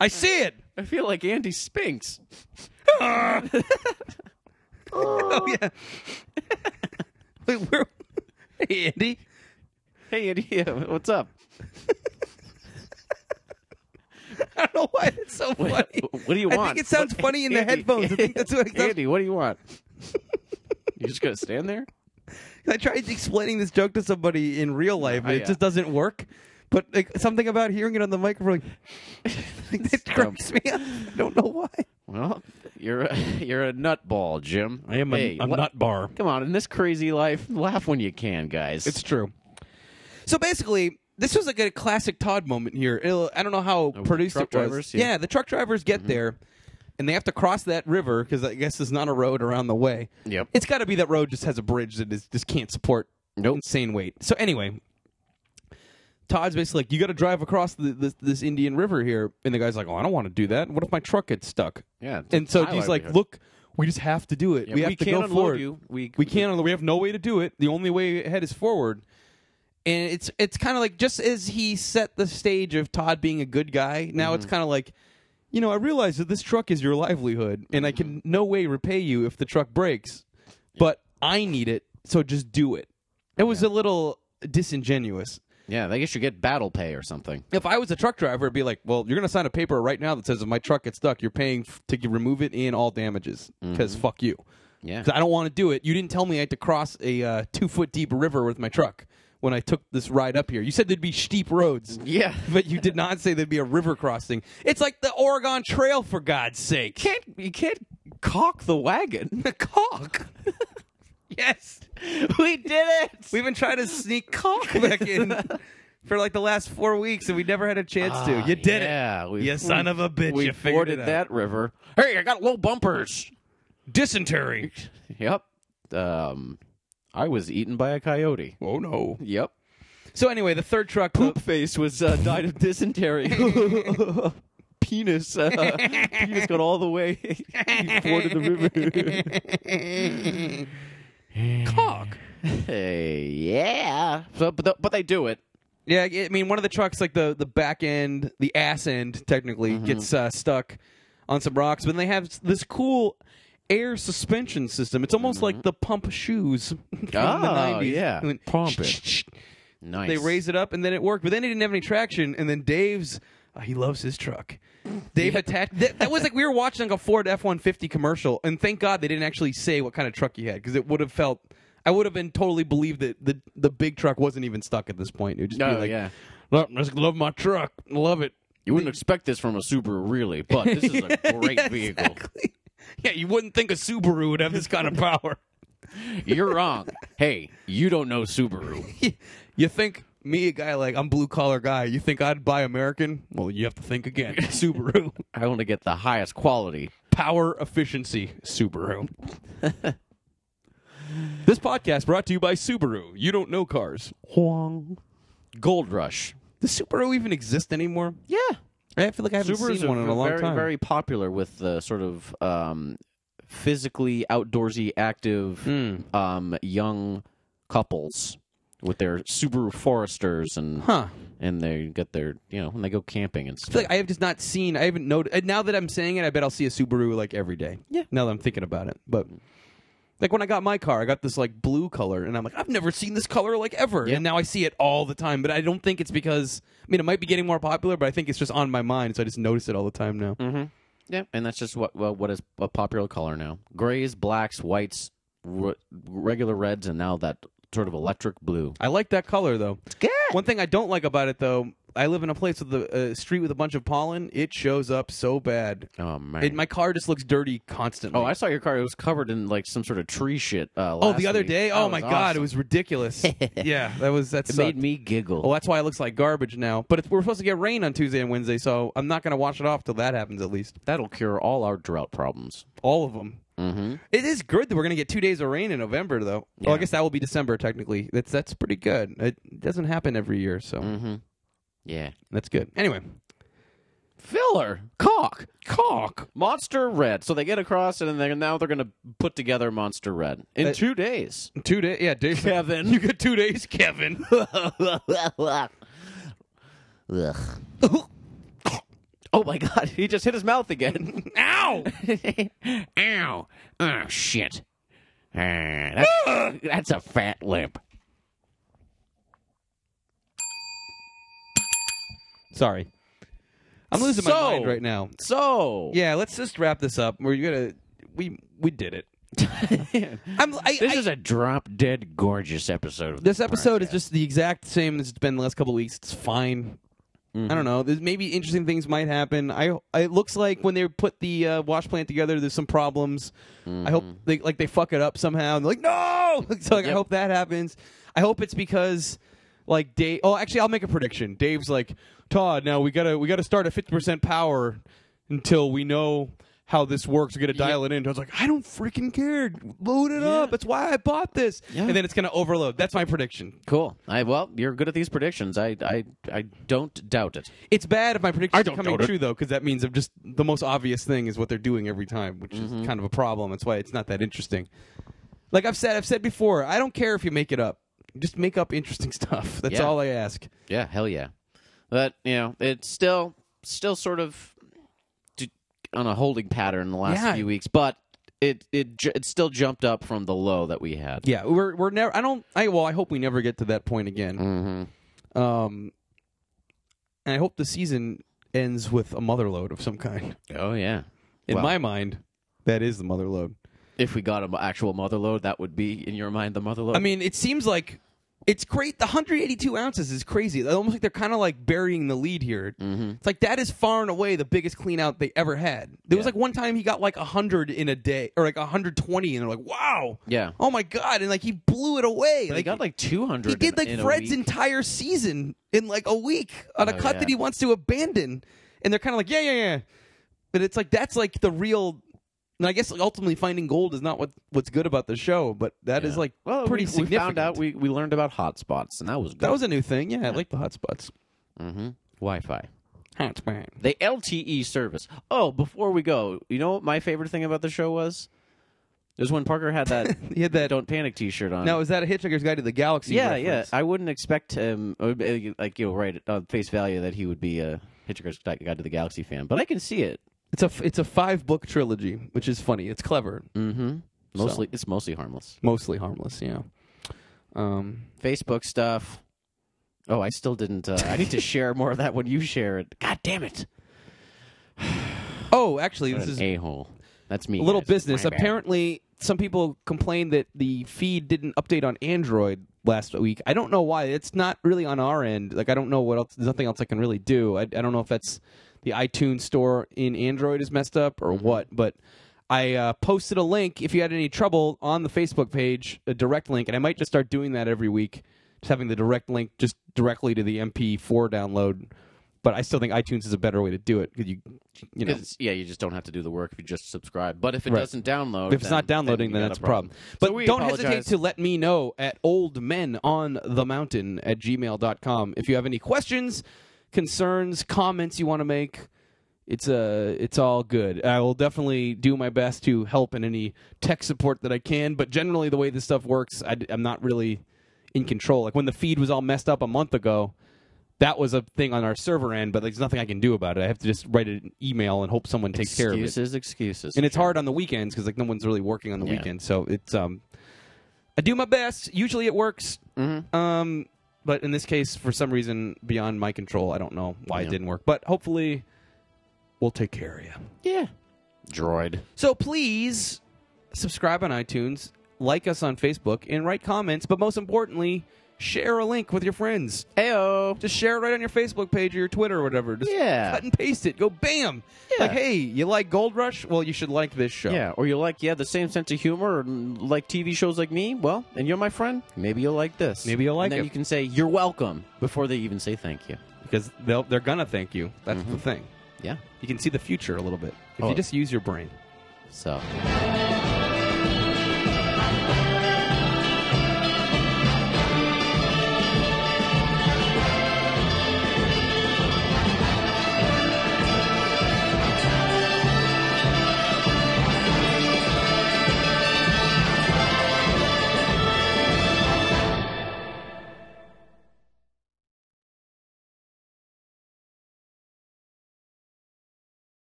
Speaker 2: I see it.
Speaker 1: I feel like Andy Spinks.
Speaker 2: Oh yeah. Wait, [LAUGHS] where? Hey, [LAUGHS] Andy.
Speaker 1: Hey, Andy, [LAUGHS] yeah,
Speaker 2: [LAUGHS]
Speaker 1: what's up?
Speaker 2: I don't know why it's so funny.
Speaker 1: What, what do you
Speaker 2: I
Speaker 1: want?
Speaker 2: think it sounds
Speaker 1: What-
Speaker 2: funny in the
Speaker 1: Andy,
Speaker 2: headphones. I think that's what
Speaker 1: [LAUGHS]
Speaker 2: it sounds-
Speaker 1: Andy, what do you want? you just gonna stand there?
Speaker 2: [LAUGHS] I tried explaining this joke to somebody in real life, and
Speaker 1: Oh,
Speaker 2: it
Speaker 1: yeah.
Speaker 2: just doesn't work. But like something about hearing it on the microphone, [LAUGHS] like, that cracks me up. I don't know why.
Speaker 1: Well, you're a, [LAUGHS] you're a nutball, Jim. I hey, la-
Speaker 2: bar.
Speaker 1: Come on, in this crazy life, laugh when you can, guys.
Speaker 2: It's true. So basically, this was like a classic Todd moment here. It'll- I don't know how produced
Speaker 1: Oh, truck
Speaker 2: it was.
Speaker 1: drivers,
Speaker 2: yeah.
Speaker 1: yeah. Mm-hmm.
Speaker 2: the truck drivers get there, and they have to cross that river because I guess there's not a road around the way.
Speaker 1: Yep.
Speaker 2: It's got to be that road just has a bridge that is, just can't support
Speaker 1: Nope.
Speaker 2: insane weight. So anyway, Todd's basically like, "You got to drive across the, this, this Indian River here," and the guy's like, "Oh, I don't want to do that. What if my truck gets stuck?"
Speaker 1: Yeah, it's
Speaker 2: and so
Speaker 1: my
Speaker 2: he's like,
Speaker 1: livelihood.
Speaker 2: "Look, we just have to do it.
Speaker 1: Yeah,
Speaker 2: we have to
Speaker 1: can't
Speaker 2: go
Speaker 1: unload
Speaker 2: forward.
Speaker 1: You. We
Speaker 2: We can't. unload- We have no way to do it. The only way ahead is forward." And it's it's kind of like just as he set the stage of Todd being a good guy. Now it's kind of like, you know, I realize that this truck is your livelihood, and I can no way repay you if the truck breaks, but I need it, so just do it. It was a little disingenuous.
Speaker 1: Yeah, I guess you get battle pay or something.
Speaker 2: If I was a truck driver, it'd be like, well, you're going to sign a paper right now that says if my truck gets stuck, you're paying f- to g- remove it and all damages because fuck you.
Speaker 1: Yeah.
Speaker 2: 'Cause I don't want to do it. You didn't tell me I had to cross a uh, two foot deep river with my truck when I took this ride up here. You said there'd be steep
Speaker 1: [LAUGHS]
Speaker 2: roads.
Speaker 1: Yeah.
Speaker 2: But you did not say there'd be a river crossing. It's like the Oregon Trail, for God's sake.
Speaker 1: can't you can't cock the wagon.
Speaker 2: [LAUGHS]
Speaker 1: [LAUGHS]
Speaker 2: cock. yes.
Speaker 1: we did it.
Speaker 2: We've been trying to sneak
Speaker 1: [LAUGHS]
Speaker 2: cock back in for like the last four weeks, and we never had a chance to. You did
Speaker 1: Ah, yeah,
Speaker 2: it.
Speaker 1: we-
Speaker 2: You son of a bitch.
Speaker 1: we
Speaker 2: you figured
Speaker 1: forded
Speaker 2: it out.
Speaker 1: that river. Hey, I got low bumpers.
Speaker 2: Dysentery.
Speaker 1: Yep. Um, I was eaten by a coyote.
Speaker 2: Oh, no.
Speaker 1: Yep.
Speaker 2: So, anyway, the third truck.
Speaker 1: Poop face was uh, died of dysentery. [LAUGHS] penis, uh, penis got all the way. [LAUGHS] he forded the river.
Speaker 2: cock.
Speaker 1: hey, Uh, yeah. So, but the, but they do it.
Speaker 2: Yeah, I mean, one of the trucks, like the, the back end, the ass end, technically,
Speaker 1: Mm-hmm.
Speaker 2: gets uh, stuck on some rocks, but they have this cool air suspension system. It's almost like the pump shoes [LAUGHS] from the
Speaker 1: Mm-hmm. Oh,
Speaker 2: 90s.
Speaker 1: yeah.
Speaker 2: When-
Speaker 1: Pump it. Nice.
Speaker 2: They raised it up and then it worked, but then it didn't have any traction. And then Dave's, uh, he loves his truck. Dave attached. That, that was like we were watching like a Ford F one fifty commercial, and thank God they didn't actually say what kind of truck he had because it would have felt. I would have been totally believed that the the big truck wasn't even stuck at this point. It would just be
Speaker 1: No,
Speaker 2: like,
Speaker 1: Oh, yeah.
Speaker 2: "Look, I just love my truck, love [LAUGHS] it.
Speaker 1: You wouldn't expect this from a Subaru, really, but this is a great
Speaker 2: Yeah,
Speaker 1: vehicle.
Speaker 2: exactly. Yeah, you wouldn't think a Subaru would have this kind of power.
Speaker 1: You're wrong. Hey, you don't know Subaru.
Speaker 2: [LAUGHS] you think me, a guy like I'm blue collar guy, you think I'd buy American? Well, you have to think [LAUGHS] again. Subaru.
Speaker 1: I want to get the highest quality.
Speaker 2: power efficiency Subaru. [LAUGHS] this podcast brought to you by Subaru. You don't know cars.
Speaker 1: Gold Rush.
Speaker 2: Does Subaru even exist anymore?
Speaker 1: Yeah.
Speaker 2: I feel like I haven't
Speaker 1: Subarus
Speaker 2: seen one
Speaker 1: are
Speaker 2: in a long
Speaker 1: very,
Speaker 2: time.
Speaker 1: very popular with the sort of um, physically outdoorsy, active,
Speaker 2: Mm.
Speaker 1: um, young couples with their Subaru Foresters, and
Speaker 2: Huh.
Speaker 1: and they get their you know when they go camping and
Speaker 2: I
Speaker 1: stuff.
Speaker 2: feel like I have just not seen. I haven't noticed. Now that I'm saying it, I bet I'll see a Subaru like every day.
Speaker 1: Yeah.
Speaker 2: Now that I'm thinking about it, but like when I got my car, I got this like blue color, and I'm like, I've never seen this color like ever,
Speaker 1: Yeah.
Speaker 2: and now I see it all the time. But I don't think it's because. I mean, it might be getting more popular, but I think it's just on my mind, so I just notice it all the time now.
Speaker 1: mm-hmm. Yeah, and that's just what well, what is a popular color now: grays, blacks, whites, r- regular reds, and now that sort of electric blue.
Speaker 2: I like that color though. It's good. One thing I don't like about it though, I live in a place with a uh, street with a bunch of pollen. It shows up so bad.
Speaker 1: Oh man.
Speaker 2: It, my car just looks dirty constantly.
Speaker 1: Oh, I saw your car. It was covered in like some sort of tree shit. Uh,
Speaker 2: Oh,
Speaker 1: last
Speaker 2: the other
Speaker 1: week.
Speaker 2: day.
Speaker 1: That
Speaker 2: Oh
Speaker 1: was
Speaker 2: my god, it
Speaker 1: awesome.
Speaker 2: was
Speaker 1: [LAUGHS]
Speaker 2: ridiculous. yeah, that was that
Speaker 1: It
Speaker 2: sucked.
Speaker 1: made me
Speaker 2: Oh,
Speaker 1: giggle.
Speaker 2: that's why it looks like garbage now. But it's, we're supposed to get rain on Tuesday and Wednesday, so I'm not gonna wash it off till that happens. At least
Speaker 1: That'll cure all our drought problems.
Speaker 2: all of them.
Speaker 1: Mm-hmm.
Speaker 2: It is good that we're gonna get two days of rain in November, though. Oh,
Speaker 1: Yeah.
Speaker 2: I guess that will be December technically. That's that's pretty good. It doesn't happen every year, so
Speaker 1: Mm-hmm. Yeah.
Speaker 2: that's good. Anyway,
Speaker 1: Filler. Cock. Cock. Monster Red. So they get across and then they're, now they're going to put together Monster Red in
Speaker 2: That-
Speaker 1: two days.
Speaker 2: two days. Yeah, day-
Speaker 1: [LAUGHS] Kevin.
Speaker 2: you get two days, Kevin.
Speaker 1: Ugh. Oh my god, he just hit his mouth again.
Speaker 3: Ow! Ow! Oh, shit. Ah,
Speaker 1: Uh,
Speaker 3: that's, that's a fat lip.
Speaker 2: Sorry, I'm losing my
Speaker 1: So-
Speaker 2: mind right now.
Speaker 1: So,
Speaker 2: Yeah, let's just wrap this up. We're gonna we we did
Speaker 1: [LAUGHS]
Speaker 2: it. I'm I,
Speaker 3: This
Speaker 2: I-
Speaker 3: is a drop dead gorgeous episode. Of
Speaker 2: This episode is just the exact same as it's been the last couple of weeks. It's fine. I don't know. There's maybe interesting things might happen. I it looks like when they put the uh, wash plant together, there's some problems. I hope they like they fuck it up somehow. And they're like, no. [LAUGHS] so like, I
Speaker 1: Yep.
Speaker 2: hope that happens. I hope it's because like Dave. Oh, actually, I'll make a prediction. Dave's like Todd. Now we gotta we gotta start at fifty percent power until we know. How this works? We're gonna dial it in. I was like, I don't freaking care. Load it up. That's why I bought this.
Speaker 1: Yeah.
Speaker 2: And then it's gonna overload. That's my prediction.
Speaker 1: cool. I well, you're good at these predictions. I I I don't doubt it.
Speaker 2: It's bad if my predictions
Speaker 3: I
Speaker 2: are
Speaker 3: don't
Speaker 2: coming
Speaker 3: doubt it.
Speaker 2: true though, because that means I'm just the most obvious thing is what they're doing every time, which is kind of a problem. That's why it's not that interesting. Like I've said, I've said before, I don't care if you make it up. Just make up interesting [LAUGHS] stuff. That's
Speaker 1: Yeah.
Speaker 2: all I ask.
Speaker 1: Yeah, hell yeah. But you know, it's still still sort of d- on a holding pattern the last
Speaker 2: Yeah.
Speaker 1: few weeks, but it it ju- it still jumped up from the low that we had.
Speaker 2: Yeah, we're we're never. I don't. I well, I hope we never get to that point again.
Speaker 1: Mm-hmm.
Speaker 2: Um, and I hope the season ends with a mother load of some kind.
Speaker 1: Oh yeah.
Speaker 2: In
Speaker 1: Well,
Speaker 2: my mind, that is the mother load.
Speaker 1: if we got an actual mother load, that would be in your mind the mother load.
Speaker 2: I mean, it seems like it's great. The 182 ounces is crazy. It's Almost like they're kind of like burying the lead here.
Speaker 1: Mm-hmm.
Speaker 2: It's like that is far and away the biggest clean out they ever had. There was
Speaker 1: Yeah.
Speaker 2: like one time he got like 100 in a day or like 120, and they're like, wow.
Speaker 1: yeah.
Speaker 2: Oh my God. And like he blew it away.
Speaker 1: They
Speaker 2: like,
Speaker 1: got like 200
Speaker 2: he did
Speaker 1: in-
Speaker 2: like
Speaker 1: in a
Speaker 2: Fred's
Speaker 1: week.
Speaker 2: entire season in like a week on a
Speaker 1: Oh,
Speaker 2: cut
Speaker 1: yeah.
Speaker 2: that he wants to abandon, and they're kind of like, yeah, yeah, yeah. But it's like that's like the real. And I guess like, ultimately finding gold is not what what's good about the show, but that is
Speaker 1: Yeah.
Speaker 2: like
Speaker 1: well,
Speaker 2: pretty
Speaker 1: we,
Speaker 2: significant.
Speaker 1: we found out we, we learned about hotspots and that was good.
Speaker 2: that was a new thing. Yeah, I like the hotspots.
Speaker 1: mm-hmm. Wi-Fi.
Speaker 2: Hotspot.
Speaker 1: The LTE service. Oh, before we go, you know what my favorite thing about the show was? It was when Parker had that
Speaker 2: [LAUGHS] He had that.
Speaker 1: "Don't Panic" T-shirt on.
Speaker 2: Now is that a Hitchhiker's Guide to the Galaxy?
Speaker 1: yeah,
Speaker 2: reference?
Speaker 1: yeah. I wouldn't expect him, uh, like you know, right on face value, that he would be a Hitchhiker's Guide to the Galaxy fan. But I can see it.
Speaker 2: It's a f- it's a five book trilogy, which is funny. It's clever,
Speaker 1: Mm-hmm. Mostly, it's mostly harmless.
Speaker 2: mostly harmless. Yeah. Um.
Speaker 1: Facebook stuff. Oh, I still didn't. Uh, I
Speaker 2: [LAUGHS]
Speaker 1: need to share more of that when you share it. God damn it!
Speaker 2: Oh, actually, this is
Speaker 1: A hole. That's me.
Speaker 2: A little
Speaker 1: guys.
Speaker 2: business.
Speaker 1: My bad.
Speaker 2: Apparently, some people complained that the feed didn't update on Android last week. I don't know why. It's not really on our end. Like, I don't know what else. There's nothing else I can really do. I, I don't know if that's the iTunes store in Android is messed up or what, but. I uh, posted a link if you had any trouble on the Facebook page, a direct link, and I might just start doing that every week, just having the direct link just directly to the MP4 download. But I still think iTunes is a better way to do it because you, you know,
Speaker 1: 'Cause, yeah, you just don't have to do the work if you just subscribe. But if it
Speaker 2: Right.
Speaker 1: doesn't download,
Speaker 2: if it's not downloading, then, that's a problem. But
Speaker 1: we
Speaker 2: don't
Speaker 1: apologize.
Speaker 2: hesitate to let me know at oldmenonthemountain at gmail.com if you have any questions, concerns, comments you want to make, it's uh, it's all good. I will definitely do my best to help in any tech support that I can. But generally, the way this stuff works, I, am not really in control. Like when the feed was all messed up a month ago, that was a thing on our server end. But there's nothing I can do about it. I have to just write an email and hope someone takes care of it.
Speaker 1: Excuses, excuses.
Speaker 2: And it's hard on the weekends because like no one's really working on the
Speaker 1: Yeah.
Speaker 2: weekends. So it's um, I do my best. Usually it works.
Speaker 1: Mm-hmm.
Speaker 2: Um, but in this case, for some reason beyond my control, I don't know why it
Speaker 1: Yeah.
Speaker 2: didn't work. But hopefully, we'll take care of you.
Speaker 1: Yeah. Droid.
Speaker 2: So please subscribe on iTunes, like us on Facebook, and write comments. But most importantly, share a link with your friends.
Speaker 1: Heyo.
Speaker 2: Just share it right on your Facebook page or your Twitter or whatever. Just
Speaker 1: Yeah.
Speaker 2: cut and paste it. Go bam.
Speaker 1: Yeah.
Speaker 2: Like, hey, you like Gold Rush? Well, you should like this show.
Speaker 1: Yeah, or you like yeah the same sense of humor, or mm, like TV shows like me. Well, and you're my friend. Maybe you'll like this.
Speaker 2: Maybe you'll like
Speaker 1: and then
Speaker 2: it.
Speaker 1: You can say you're welcome before they even say thank you.
Speaker 2: because they'll, they're gonna thank you. That's the thing.
Speaker 1: Yeah.
Speaker 2: You can see the future a little bit if
Speaker 1: Oh.
Speaker 2: you just use your brain.
Speaker 1: So.